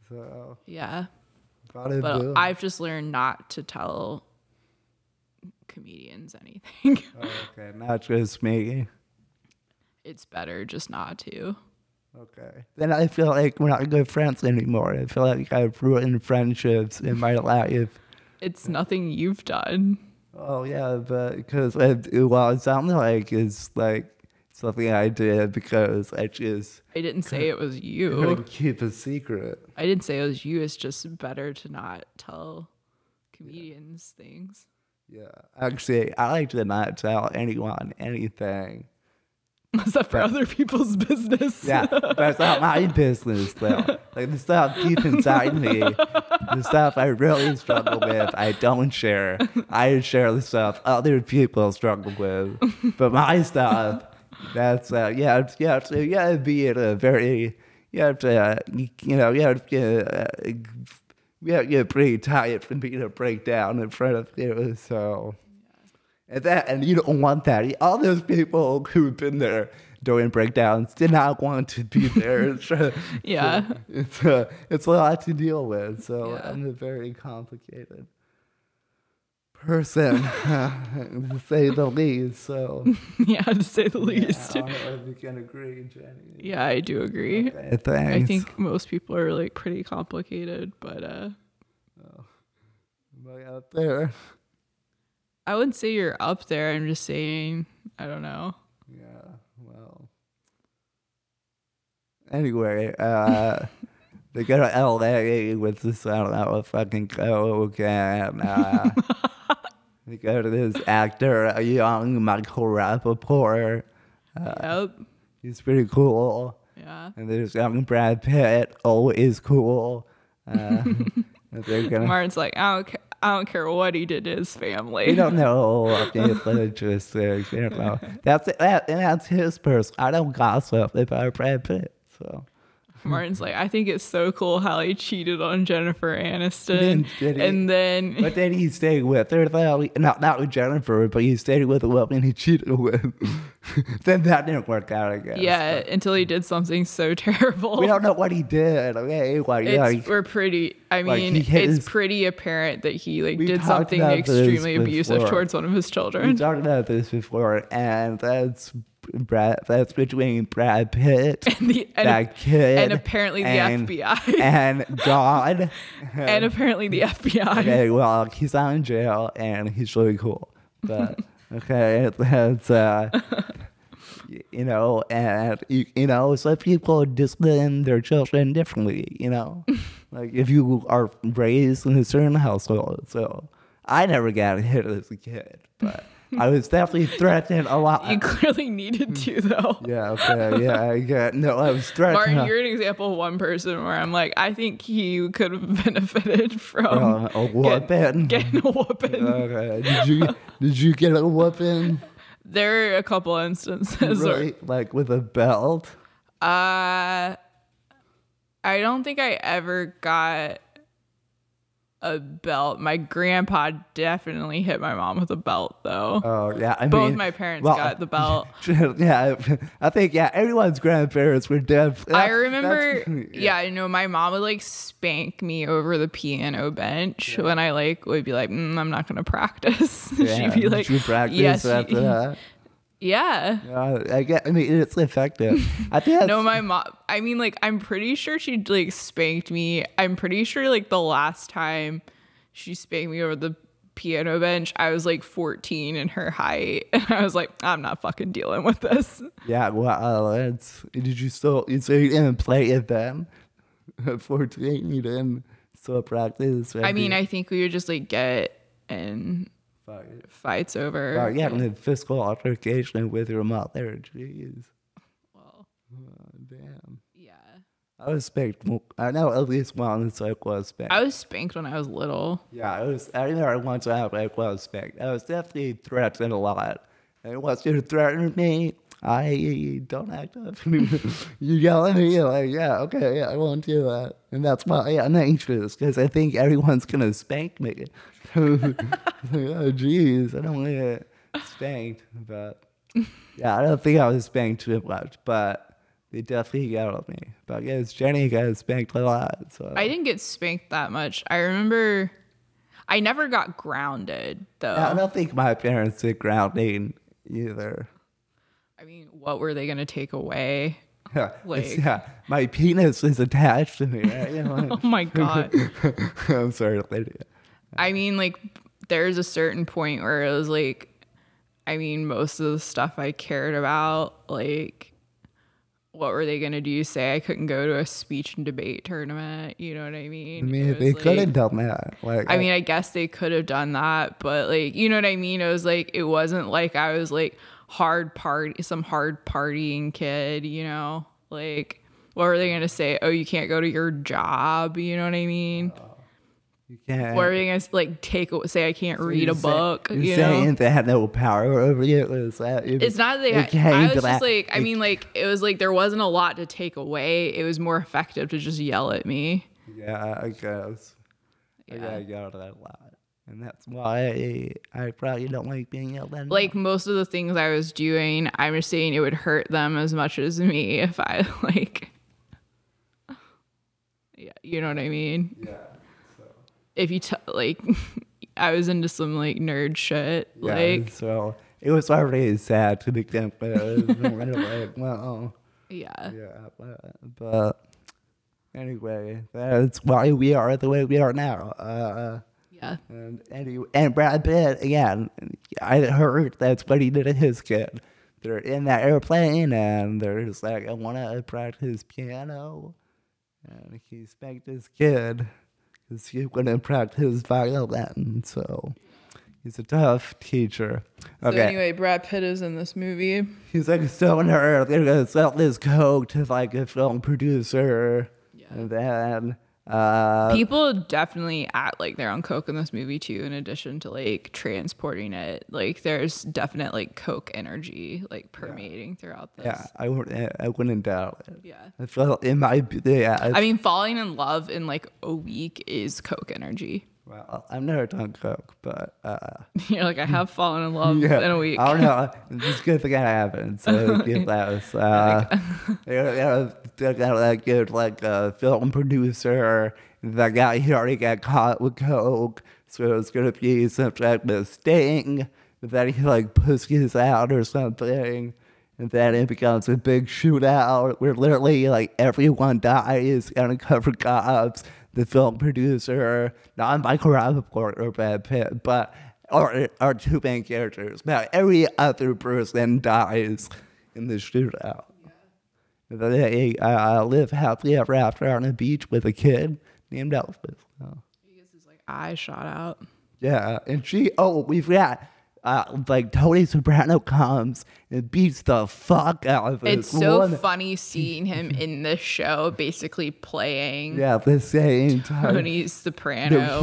Speaker 1: so
Speaker 2: yeah but boom. i've just learned not to tell comedians anything
Speaker 1: oh, okay not just me
Speaker 2: it's better just not to
Speaker 1: Okay. Then I feel like we're not good friends anymore. I feel like I've ruined friendships in my life.
Speaker 2: It's nothing you've done.
Speaker 1: Oh yeah, but because well, it sounded like it's like something I did because I just
Speaker 2: I didn't say it was you.
Speaker 1: Keep a secret.
Speaker 2: I didn't say it was you. It's just better to not tell comedians yeah. things.
Speaker 1: Yeah, actually, I like to not tell anyone anything.
Speaker 2: Except for but, other people's business.
Speaker 1: yeah, but it's not my business though. Like the stuff deep inside me, the stuff I really struggle with, I don't share. I share the stuff other people struggle with, but my stuff, that's uh, yeah, yeah, so you gotta be in a very, you have to, uh, you, you know, you have to, uh, you have to get pretty tired from being a breakdown in front of you, so. And that, and you don't want that. All those people who've been there, doing breakdowns did not want to be there. So-
Speaker 2: Yeah.
Speaker 1: so it's a, it's a lot to deal with. So
Speaker 2: Yeah.
Speaker 1: I'm a very complicated person, to say the least. So
Speaker 2: yeah, to say the
Speaker 1: yeah,
Speaker 2: least.
Speaker 1: I don't know if you can agree, Jenny.
Speaker 2: Yeah, I do agree.
Speaker 1: Okay, thanks.
Speaker 2: I think most people are like pretty complicated, but uh
Speaker 1: Oh, Am I out there.
Speaker 2: I wouldn't say you're up there. I'm just saying, I don't know.
Speaker 1: Yeah, well. Anyway, uh, they go to LA with this, I don't know, fucking coke, and uh, they go to this actor, a young Michael Rappaport. uh.
Speaker 2: yep.
Speaker 1: He's pretty cool.
Speaker 2: Yeah.
Speaker 1: And there's young Brad Pitt, always cool. Uh, and they're gonna,
Speaker 2: Martin's like, I don't care. I don't care what he did to his family.
Speaker 1: we don't know if it's interesting. You know, that's that, and that's his person. I don't gossip about Brad Pitt, so.
Speaker 2: Martin's like, I think it's so cool how he cheated on Jennifer Aniston,
Speaker 1: Did he?
Speaker 2: and then
Speaker 1: But then he stayed with her, though. Not, not with Jennifer, but he stayed with a woman he cheated with. then that didn't work out, I guess.
Speaker 2: yeah, until he did something so terrible.
Speaker 1: We don't know what he did, okay? Like,
Speaker 2: it's,
Speaker 1: like,
Speaker 2: we're pretty. I
Speaker 1: like,
Speaker 2: mean,
Speaker 1: he hit
Speaker 2: it's
Speaker 1: his-
Speaker 2: pretty apparent that he like
Speaker 1: We
Speaker 2: did
Speaker 1: talked
Speaker 2: something
Speaker 1: about this
Speaker 2: extremely abusive
Speaker 1: before.
Speaker 2: towards one of his
Speaker 1: we
Speaker 2: children.
Speaker 1: talked about this before, and that's Brad, that's between Brad Pitt,
Speaker 2: And the- and-
Speaker 1: that kid,
Speaker 2: and apparently the
Speaker 1: and-
Speaker 2: FBI.
Speaker 1: and God.
Speaker 2: and apparently the FBI.
Speaker 1: okay, well, he's not in jail and he's really cool. But okay, that's uh, y- you know, and you, you know, some people discipline their children differently. You know, like if you are raised in a certain household. So I never got hit as a kid, but I was definitely threatened a lot.
Speaker 2: You clearly needed to though.
Speaker 1: Hmm. yeah, okay, yeah, yeah. No, I was threatened.
Speaker 2: Martin, you're an example of one person where I'm like, I think he could have benefited from
Speaker 1: From a
Speaker 2: get-
Speaker 1: whooping.
Speaker 2: getting a whooping.
Speaker 1: okay. Did you did you get a whooping?
Speaker 2: there are a couple instances. where-
Speaker 1: Really? Like with a belt?
Speaker 2: uh, I don't think I ever got a belt. My grandpa definitely hit my mom with a belt, though.
Speaker 1: Oh yeah, I
Speaker 2: Both
Speaker 1: mean,
Speaker 2: my parents
Speaker 1: well,
Speaker 2: got the belt.
Speaker 1: yeah, I think yeah, everyone's grandparents were deaf.
Speaker 2: I
Speaker 1: That's-
Speaker 2: remember,
Speaker 1: that's-
Speaker 2: yeah, I know my mom would like spank me over the piano bench when I like would be like, mm, I'm not gonna practice.
Speaker 1: yeah.
Speaker 2: She'd be
Speaker 1: Did
Speaker 2: like,
Speaker 1: you practice
Speaker 2: yes, you-
Speaker 1: after that?
Speaker 2: yeah.
Speaker 1: Yeah, I get. I mean, it's effective. I think that's,
Speaker 2: No, my mom. I mean, like, I'm pretty sure she like spanked me. I'm pretty sure like the last time she spanked me over the piano bench, I was like 14 in her height, and I was like, I'm not fucking dealing with this.
Speaker 1: yeah. Well, that's. Did you still? So you didn't play it then? At fourteen, you didn't still practice.
Speaker 2: I mean, I think we would just like get in fights over.
Speaker 1: Oh, yeah, and a physical altercation with your mother. Jeez.
Speaker 2: Well,
Speaker 1: Oh, damn.
Speaker 2: yeah.
Speaker 1: I was spanked. mo- I know at least one cycle was spanked.
Speaker 2: I was spanked when I was little.
Speaker 1: Yeah, it was. I remember once I had like well spanked. I was definitely threatened a lot. And once you threaten me, I don't act up. you yell at me, you're like, yeah, okay, yeah, I won't do that. And that's why I'm anxious because I think everyone's gonna spank me. Like, oh, jeez, I don't want to get spanked, but yeah, I don't think I was spanked too much, but they definitely yelled at me. But I guess Jenny got spanked a lot, so
Speaker 2: I didn't get spanked that much. I remember I never got grounded though.
Speaker 1: I don't think my parents did grounding either.
Speaker 2: I mean, what were they going to take away?
Speaker 1: Yeah,
Speaker 2: Like-
Speaker 1: yeah, my penis is attached to me. Right? You know,
Speaker 2: Oh my god.
Speaker 1: I'm sorry, lady.
Speaker 2: I mean, like there's a certain point where it was like I mean, most of the stuff I cared about, like what were they going to do? Say I couldn't go to a speech and debate tournament, you know what I mean?
Speaker 1: I
Speaker 2: It
Speaker 1: mean,
Speaker 2: was
Speaker 1: they
Speaker 2: like-
Speaker 1: could have done that. Like,
Speaker 2: I mean, I guess they could have done that, but like, you know what I mean? It was like, it wasn't like I was like hard party, some hard partying kid, you know? Like, what were they going to say? Oh, you can't go to your job. You know what I mean?
Speaker 1: you can't.
Speaker 2: What were they going to like take, aw- say I can't read
Speaker 1: you're
Speaker 2: a
Speaker 1: saying-
Speaker 2: book?
Speaker 1: You're
Speaker 2: you know?
Speaker 1: saying they had no power over you. Is that, you-
Speaker 2: It's not
Speaker 1: you
Speaker 2: that they
Speaker 1: can't
Speaker 2: I was
Speaker 1: black-
Speaker 2: just like, I
Speaker 1: you-
Speaker 2: mean, like, it was like there wasn't a lot to take away. It was more effective to just yell at me.
Speaker 1: Yeah, I guess. Yeah,
Speaker 2: Yeah.
Speaker 1: I got that a lot. And that's why I probably don't like being yelled at.
Speaker 2: Like most of the things I was doing, I'm just saying it would hurt them as much as me if I like. Yeah, you know what I mean.
Speaker 1: yeah.
Speaker 2: If you t- like, I was into some like nerd shit.
Speaker 1: Yeah,
Speaker 2: Like,
Speaker 1: so it was already sad to begin with. and we're like, well,
Speaker 2: yeah,
Speaker 1: yeah, but, but anyway, that's why we are the way we are now. Uh,
Speaker 2: yeah,
Speaker 1: and any, and Brad Pitt again. I heard that's what he did to his kid. They're in that airplane, and they're just like, "I want to practice piano," and he spanked his kid because he wouldn't practice violin. So he's a tough teacher. Okay.
Speaker 2: So anyway, Brad Pitt is in this movie.
Speaker 1: He's like so nerd. They're gonna sell this coke to like a film producer,
Speaker 2: Yeah.
Speaker 1: and then uh,
Speaker 2: People definitely act like they're on coke in this movie too. In addition to like transporting it, like there's definite like coke energy like permeating throughout this.
Speaker 1: yeah, I wouldn't, I wouldn't doubt it.
Speaker 2: yeah.
Speaker 1: I felt in my yeah. I,
Speaker 2: I mean, falling in love in like a week is coke energy.
Speaker 1: well, I've never done coke, but uh,
Speaker 2: You're like, I have fallen in love
Speaker 1: yeah,
Speaker 2: in a week.
Speaker 1: I don't know. It's a good thing that happened. So give those. Uh, they're gonna- they're gonna like get like a film producer. The guy he already got caught with coke, so it's gonna be some type of sting. Then he like pussies out or something. And then it becomes a big shootout where literally like everyone dies, undercover cops, the film producer, not Michael Rappaport or Brad Pitt, but or our two main characters. Now every other person dies in the shootout. They uh, live happily ever after on a beach with a kid named Elvis. So.
Speaker 2: I shot out.
Speaker 1: Yeah, and she. Oh, we've got uh, like Tony Soprano comes and beats the fuck out of
Speaker 2: It's
Speaker 1: this
Speaker 2: so
Speaker 1: one.
Speaker 2: funny seeing him in this show, basically playing
Speaker 1: Yeah, at the same time.
Speaker 2: Tony
Speaker 1: No,
Speaker 2: Soprano.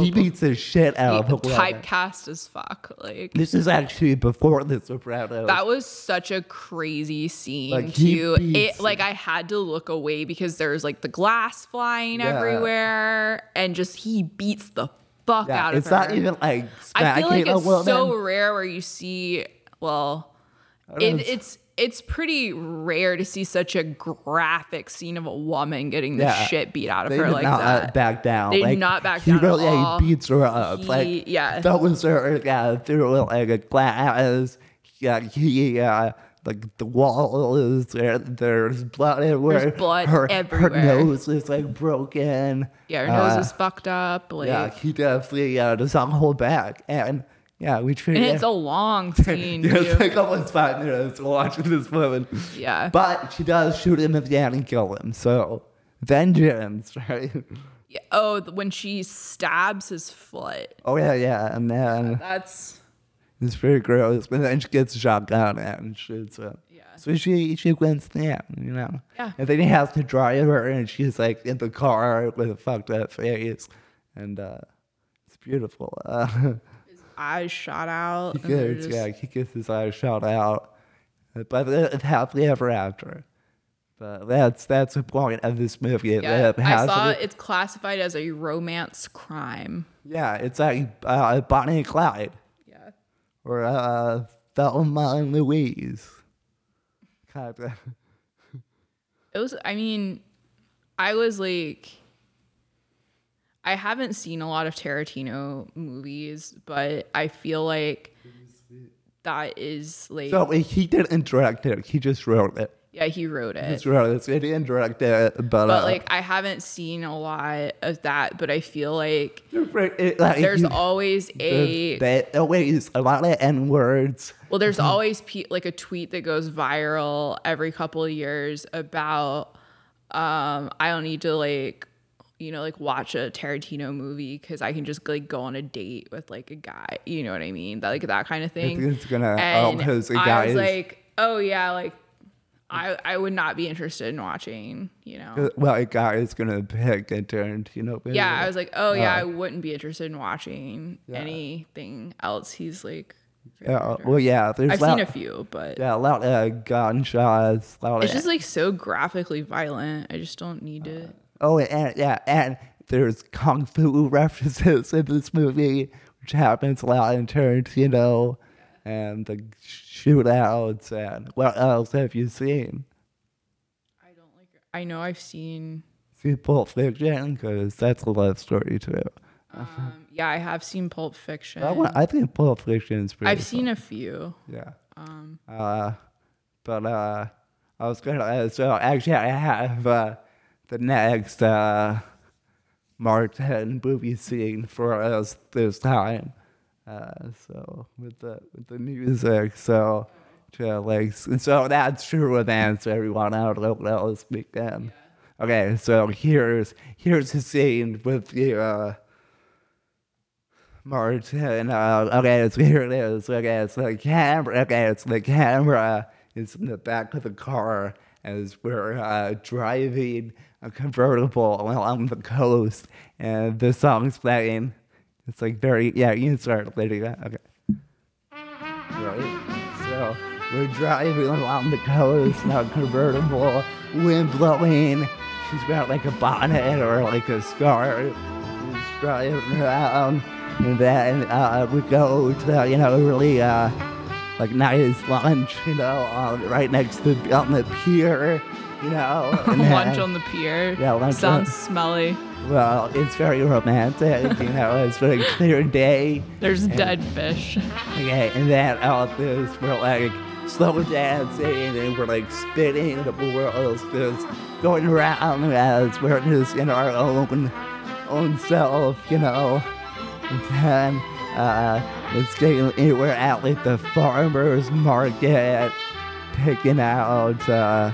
Speaker 1: he beats the shit out of the woman.
Speaker 2: typecast as fuck. Like
Speaker 1: This is actually before the Sopranos.
Speaker 2: that was such a crazy scene
Speaker 1: Like, he
Speaker 2: too.
Speaker 1: beats-
Speaker 2: It like I had to look away because there was like the glass flying
Speaker 1: Yeah.
Speaker 2: everywhere, and just he beats the fuck
Speaker 1: yeah,
Speaker 2: out of
Speaker 1: it's
Speaker 2: her.
Speaker 1: not even like
Speaker 2: I
Speaker 1: smacking
Speaker 2: feel like
Speaker 1: a
Speaker 2: it's
Speaker 1: woman.
Speaker 2: so rare where you see. Well,
Speaker 1: know.
Speaker 2: it, it's it's pretty rare to see such a graphic scene of a woman getting the
Speaker 1: Yeah.
Speaker 2: shit beat out of
Speaker 1: they
Speaker 2: her
Speaker 1: did
Speaker 2: like
Speaker 1: not uh,
Speaker 2: that.
Speaker 1: back down.
Speaker 2: They did
Speaker 1: like,
Speaker 2: not back
Speaker 1: he
Speaker 2: down at
Speaker 1: really like,
Speaker 2: all.
Speaker 1: beats her up.
Speaker 2: He-
Speaker 1: like
Speaker 2: yeah.
Speaker 1: that was her yeah, through like a glass. Yeah, he uh, like the wall is there. There's blood everywhere.
Speaker 2: blood
Speaker 1: her, Her
Speaker 2: everywhere.
Speaker 1: nose is like broken.
Speaker 2: yeah, her nose
Speaker 1: Uh,
Speaker 2: is fucked up. Like,
Speaker 1: Yeah, he definitely uh, does not hold back, and yeah, we treat
Speaker 2: and
Speaker 1: it.
Speaker 2: it's a long scene.
Speaker 1: Yeah,
Speaker 2: too.
Speaker 1: it's like almost five minutes watching this woman.
Speaker 2: Yeah.
Speaker 1: But she does shoot him at the end and kill him. So vengeance, right?
Speaker 2: Yeah, Oh, th- when she stabs his foot.
Speaker 1: Oh yeah, yeah, and then
Speaker 2: That's
Speaker 1: it's pretty gross. But then she gets shotgun and shoots him.
Speaker 2: Yeah.
Speaker 1: So she she wins the end, you know.
Speaker 2: Yeah.
Speaker 1: And then he has to drive her, and she's like in the car with a fucked up face, and uh, it's beautiful. Uh,
Speaker 2: eyes shot out.
Speaker 1: he
Speaker 2: and they're
Speaker 1: gets
Speaker 2: just-
Speaker 1: yeah, he gets his eyes shot out, but it's happily ever after. But that's that's the point of this movie. It
Speaker 2: yeah, I
Speaker 1: has
Speaker 2: saw
Speaker 1: to be-
Speaker 2: it's classified as a romance crime.
Speaker 1: Yeah, it's like uh, Bonnie and Clyde.
Speaker 2: Yeah.
Speaker 1: or uh, Thelma and Louise. Kind of.
Speaker 2: It was, I mean, I was like, I haven't seen a lot of Tarantino movies, but I feel like that is like,
Speaker 1: So he didn't direct it. He just wrote it.
Speaker 2: yeah, he wrote
Speaker 1: He
Speaker 2: it.
Speaker 1: just wrote it. So he didn't direct it, but,
Speaker 2: But
Speaker 1: uh,
Speaker 2: like, I haven't seen a lot of that, but I feel like
Speaker 1: it- like,
Speaker 2: there's
Speaker 1: you-
Speaker 2: always a.
Speaker 1: there's- there- always a lot of n words.
Speaker 2: Well, there's always pe- like a tweet that goes viral every couple of years about um, I don't need to like you know like watch a Tarantino movie because I can just like go on a date with like a guy. You know what I mean? That, like that kind of thing.
Speaker 1: think it's gonna- oh,
Speaker 2: And
Speaker 1: 'cause a guy
Speaker 2: I was
Speaker 1: is-
Speaker 2: like, oh yeah, like I I would not be interested in watching. You know.
Speaker 1: Well, a guy is gonna pick a Tarantino movie.
Speaker 2: Yeah, I was like, oh yeah,
Speaker 1: Uh,
Speaker 2: I wouldn't be interested in watching anything else. He's like,
Speaker 1: yeah, uh, well, yeah. There's
Speaker 2: I've
Speaker 1: lot,
Speaker 2: seen a few, but
Speaker 1: Yeah, uh, a lot of gunshots. Lot
Speaker 2: It's
Speaker 1: of
Speaker 2: just like so graphically violent. I just don't need it.
Speaker 1: Oh, and yeah, and there's kung fu references in this movie, which happens a lot in Tarantino, and the shootouts, and what else have you seen?
Speaker 2: I don't like. I know I've seen.
Speaker 1: See Pulp Fiction because that's a love story too.
Speaker 2: Um, yeah, I have seen Pulp Fiction.
Speaker 1: That one, I think Pulp Fiction is pretty.
Speaker 2: I've seen a few.
Speaker 1: Yeah.
Speaker 2: Um,
Speaker 1: Uh, but uh, I was gonna uh, so actually I have uh, the next uh, Martin movie scene for us this time. Uh, so with the with the music, so to like s- so that's true events everyone out of those weekend. Okay, so here's here's the scene with the uh, Martin. Uh, okay, it's here it is. Okay, it's the camera. Okay, it's the camera. It's in the back of the car as we're uh, driving a convertible along the coast, and the song's playing. It's like very yeah. You can start, Lydia. Okay. Right. So we're driving along the coast in a convertible, wind blowing. She's got like a bonnet or like a scarf. She's driving around, and then uh, we go to you know really uh, like nice lunch, you know, on, right next to on the pier, you know. and
Speaker 2: lunch
Speaker 1: then-
Speaker 2: on the pier.
Speaker 1: Yeah, lunch on-
Speaker 2: Sounds smelly.
Speaker 1: well, it's very romantic, you know. It's very clear day.
Speaker 2: There's
Speaker 1: and-
Speaker 2: dead fish.
Speaker 1: Okay, and then out this, we're like slow dancing and we're like spinning the world, just going around as we're just in our own own self, you know. And then uh, it's getting, we're at like the farmer's market picking out uh,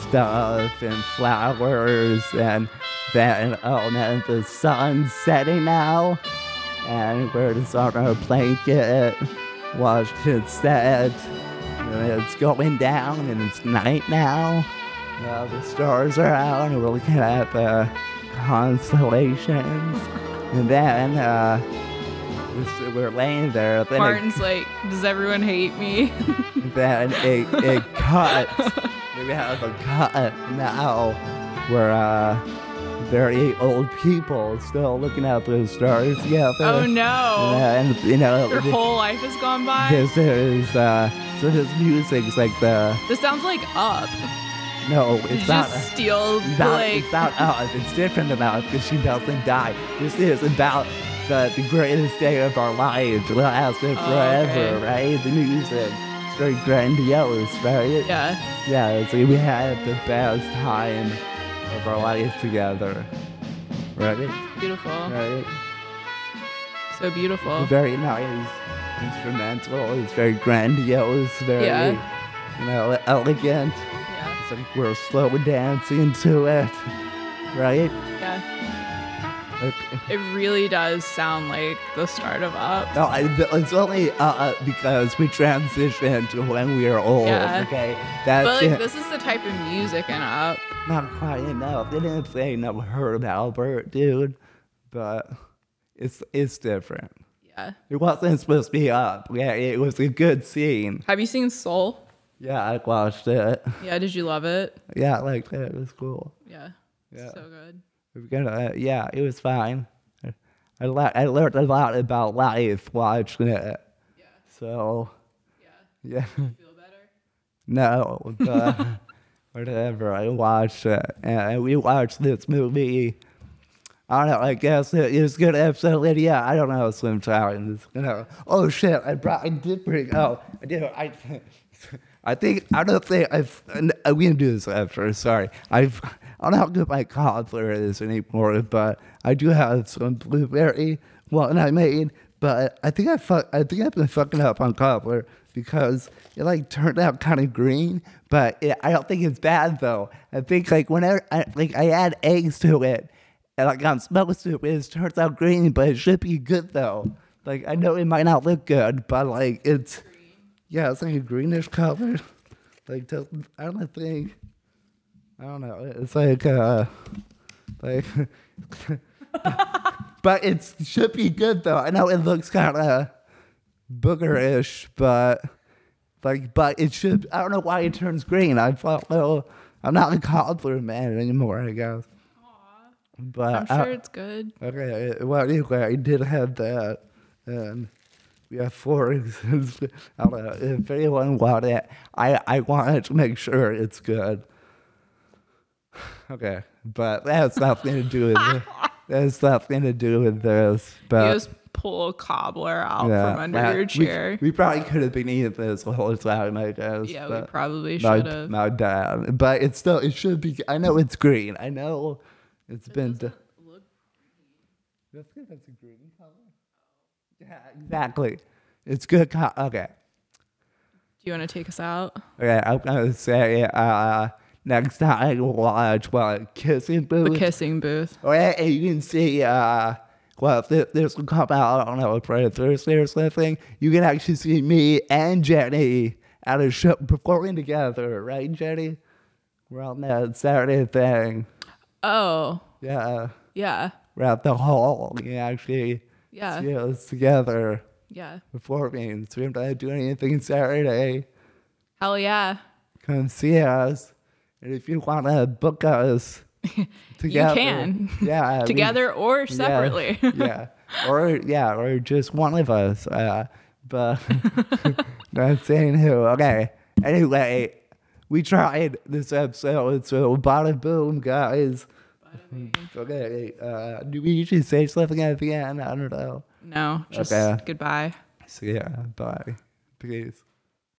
Speaker 1: stuff and flowers and then, oh, and then the sun's setting now and we're just on our blanket, watched it set. And it's going down, and it's night now. Uh, the stars are out, and we're looking at the constellations. And then uh, we're- we're laying there. Then it-
Speaker 2: Martin's like, does everyone hate me?
Speaker 1: then it, it cuts. we have a cut now where uh, very old people still looking at those stars together.
Speaker 2: oh no.
Speaker 1: And, you know,
Speaker 2: Your
Speaker 1: th-
Speaker 2: whole life has gone by.
Speaker 1: this is uh, so this music's like the
Speaker 2: This sounds like up.
Speaker 1: no,
Speaker 2: It's
Speaker 1: it's not.
Speaker 2: just steal
Speaker 1: It's not,
Speaker 2: like
Speaker 1: it's not us. It's different than us because she doesn't die. This is about the, the greatest day of our lives. It'll last forever,
Speaker 2: Oh,
Speaker 1: right? The music. It's very grandiose, right?
Speaker 2: yeah.
Speaker 1: Yeah, it's like we had the best time of our life together. Right?
Speaker 2: Beautiful.
Speaker 1: Right?
Speaker 2: So beautiful.
Speaker 1: Very nice instrumental. It's very grandiose, very, you know, elegant.
Speaker 2: Yeah.
Speaker 1: It's like we're slow dancing to it. Right?
Speaker 2: Yeah.
Speaker 1: Like,
Speaker 2: It really does sound like the start of up.
Speaker 1: No, I, it's only uh, because we transitioned to when we are old.
Speaker 2: Yeah.
Speaker 1: Okay, that's
Speaker 2: But like
Speaker 1: it.
Speaker 2: this is the type of music in up.
Speaker 1: not quite enough. They didn't say no Herb Albert, dude, but it's it's different.
Speaker 2: Yeah.
Speaker 1: It wasn't supposed to be up. Yeah, it was a good scene.
Speaker 2: Have you seen Soul?
Speaker 1: Yeah, I watched it.
Speaker 2: Yeah, did you love it?
Speaker 1: Yeah, like that was cool.
Speaker 2: Yeah.
Speaker 1: Yeah.
Speaker 2: So good.
Speaker 1: We're gonna, uh, yeah, it was fine. I, I, le- I learned a lot about life watching it.
Speaker 2: Yeah.
Speaker 1: So,
Speaker 2: Yeah.
Speaker 1: yeah.
Speaker 2: Feel better?
Speaker 1: No, the, whatever. I watched it, and we watched this movie. I don't know. I guess it is good episode. Lydia. Yeah, I don't know. Sometimes, you know. Oh shit! I brought. I did bring. Oh, I did. I. I think I don't think I've. n- I'm gonna do this after. Sorry. I've. I don't know how good my cobbler is anymore, but I do have some blueberry one I made. But I think I fuck. I think I've been fucking up on cobbler because it like turned out kind of green, but it, I don't think it's bad though. I think like whenever I like I add eggs to it, and like I'm supposed to, it turns out green, but it should be good though. Like I know it might not look good, but like it's yeah, it's like a greenish color. Like doesn't- I don't think I don't know. It's like uh like but it should be good though. I know it looks kind of boogerish, but like but it should. I don't know why it turns green. I felt little. I'm not a cobbler man anymore. I guess. But
Speaker 2: I'm
Speaker 1: Uh, I-
Speaker 2: sure it's good.
Speaker 1: Okay, well, anyway, I did have that. And we have four exhibits. I don't know if anyone wanted it. I, I wanted to make sure it's good. Okay, but that has nothing to do with it. That has nothing to do with this.
Speaker 2: you
Speaker 1: But
Speaker 2: just pull a cobbler out
Speaker 1: Uh, yeah,
Speaker 2: from under
Speaker 1: that-
Speaker 2: your
Speaker 1: we-
Speaker 2: chair.
Speaker 1: We, probably could have been eating this the whole time, I guess.
Speaker 2: yeah, we
Speaker 1: but-
Speaker 2: probably
Speaker 1: my,
Speaker 2: should have.
Speaker 1: my dad. But it's still it should be. I know it's green. I know it's been. d- That's good. That's a green color. Yeah, exactly. It's good. Co- okay.
Speaker 2: Do you want to take us out?
Speaker 1: Okay. I'm gonna say uh, next time we'll watch what kissing
Speaker 2: The
Speaker 1: booth.
Speaker 2: kissing booth.
Speaker 1: Or uh, you can see uh, well if thi- this will come out. I don't know, probably Thursday or something. You can actually see me and Jenny at a show performing together, right, Jenny? We're on that Saturday thing.
Speaker 2: Oh,
Speaker 1: Yeah,
Speaker 2: yeah,
Speaker 1: we're at the hall. You can actually
Speaker 2: Yeah.
Speaker 1: see us together
Speaker 2: yeah.
Speaker 1: performing. So we're not doing anything Saturday.
Speaker 2: Hell yeah.
Speaker 1: Come see us. And if you want to book us together,
Speaker 2: can.
Speaker 1: Yeah, I mean-
Speaker 2: Together or
Speaker 1: Yeah,
Speaker 2: separately.
Speaker 1: yeah. Or yeah, or just one of us. Uh, but not saying who. Okay. Anyway, we tried this episode, so bada boom, guys. Okay. Uh, do we usually say something at the end? I don't know.
Speaker 2: no, just
Speaker 1: Okay.
Speaker 2: goodbye.
Speaker 1: So yeah, bye. Peace.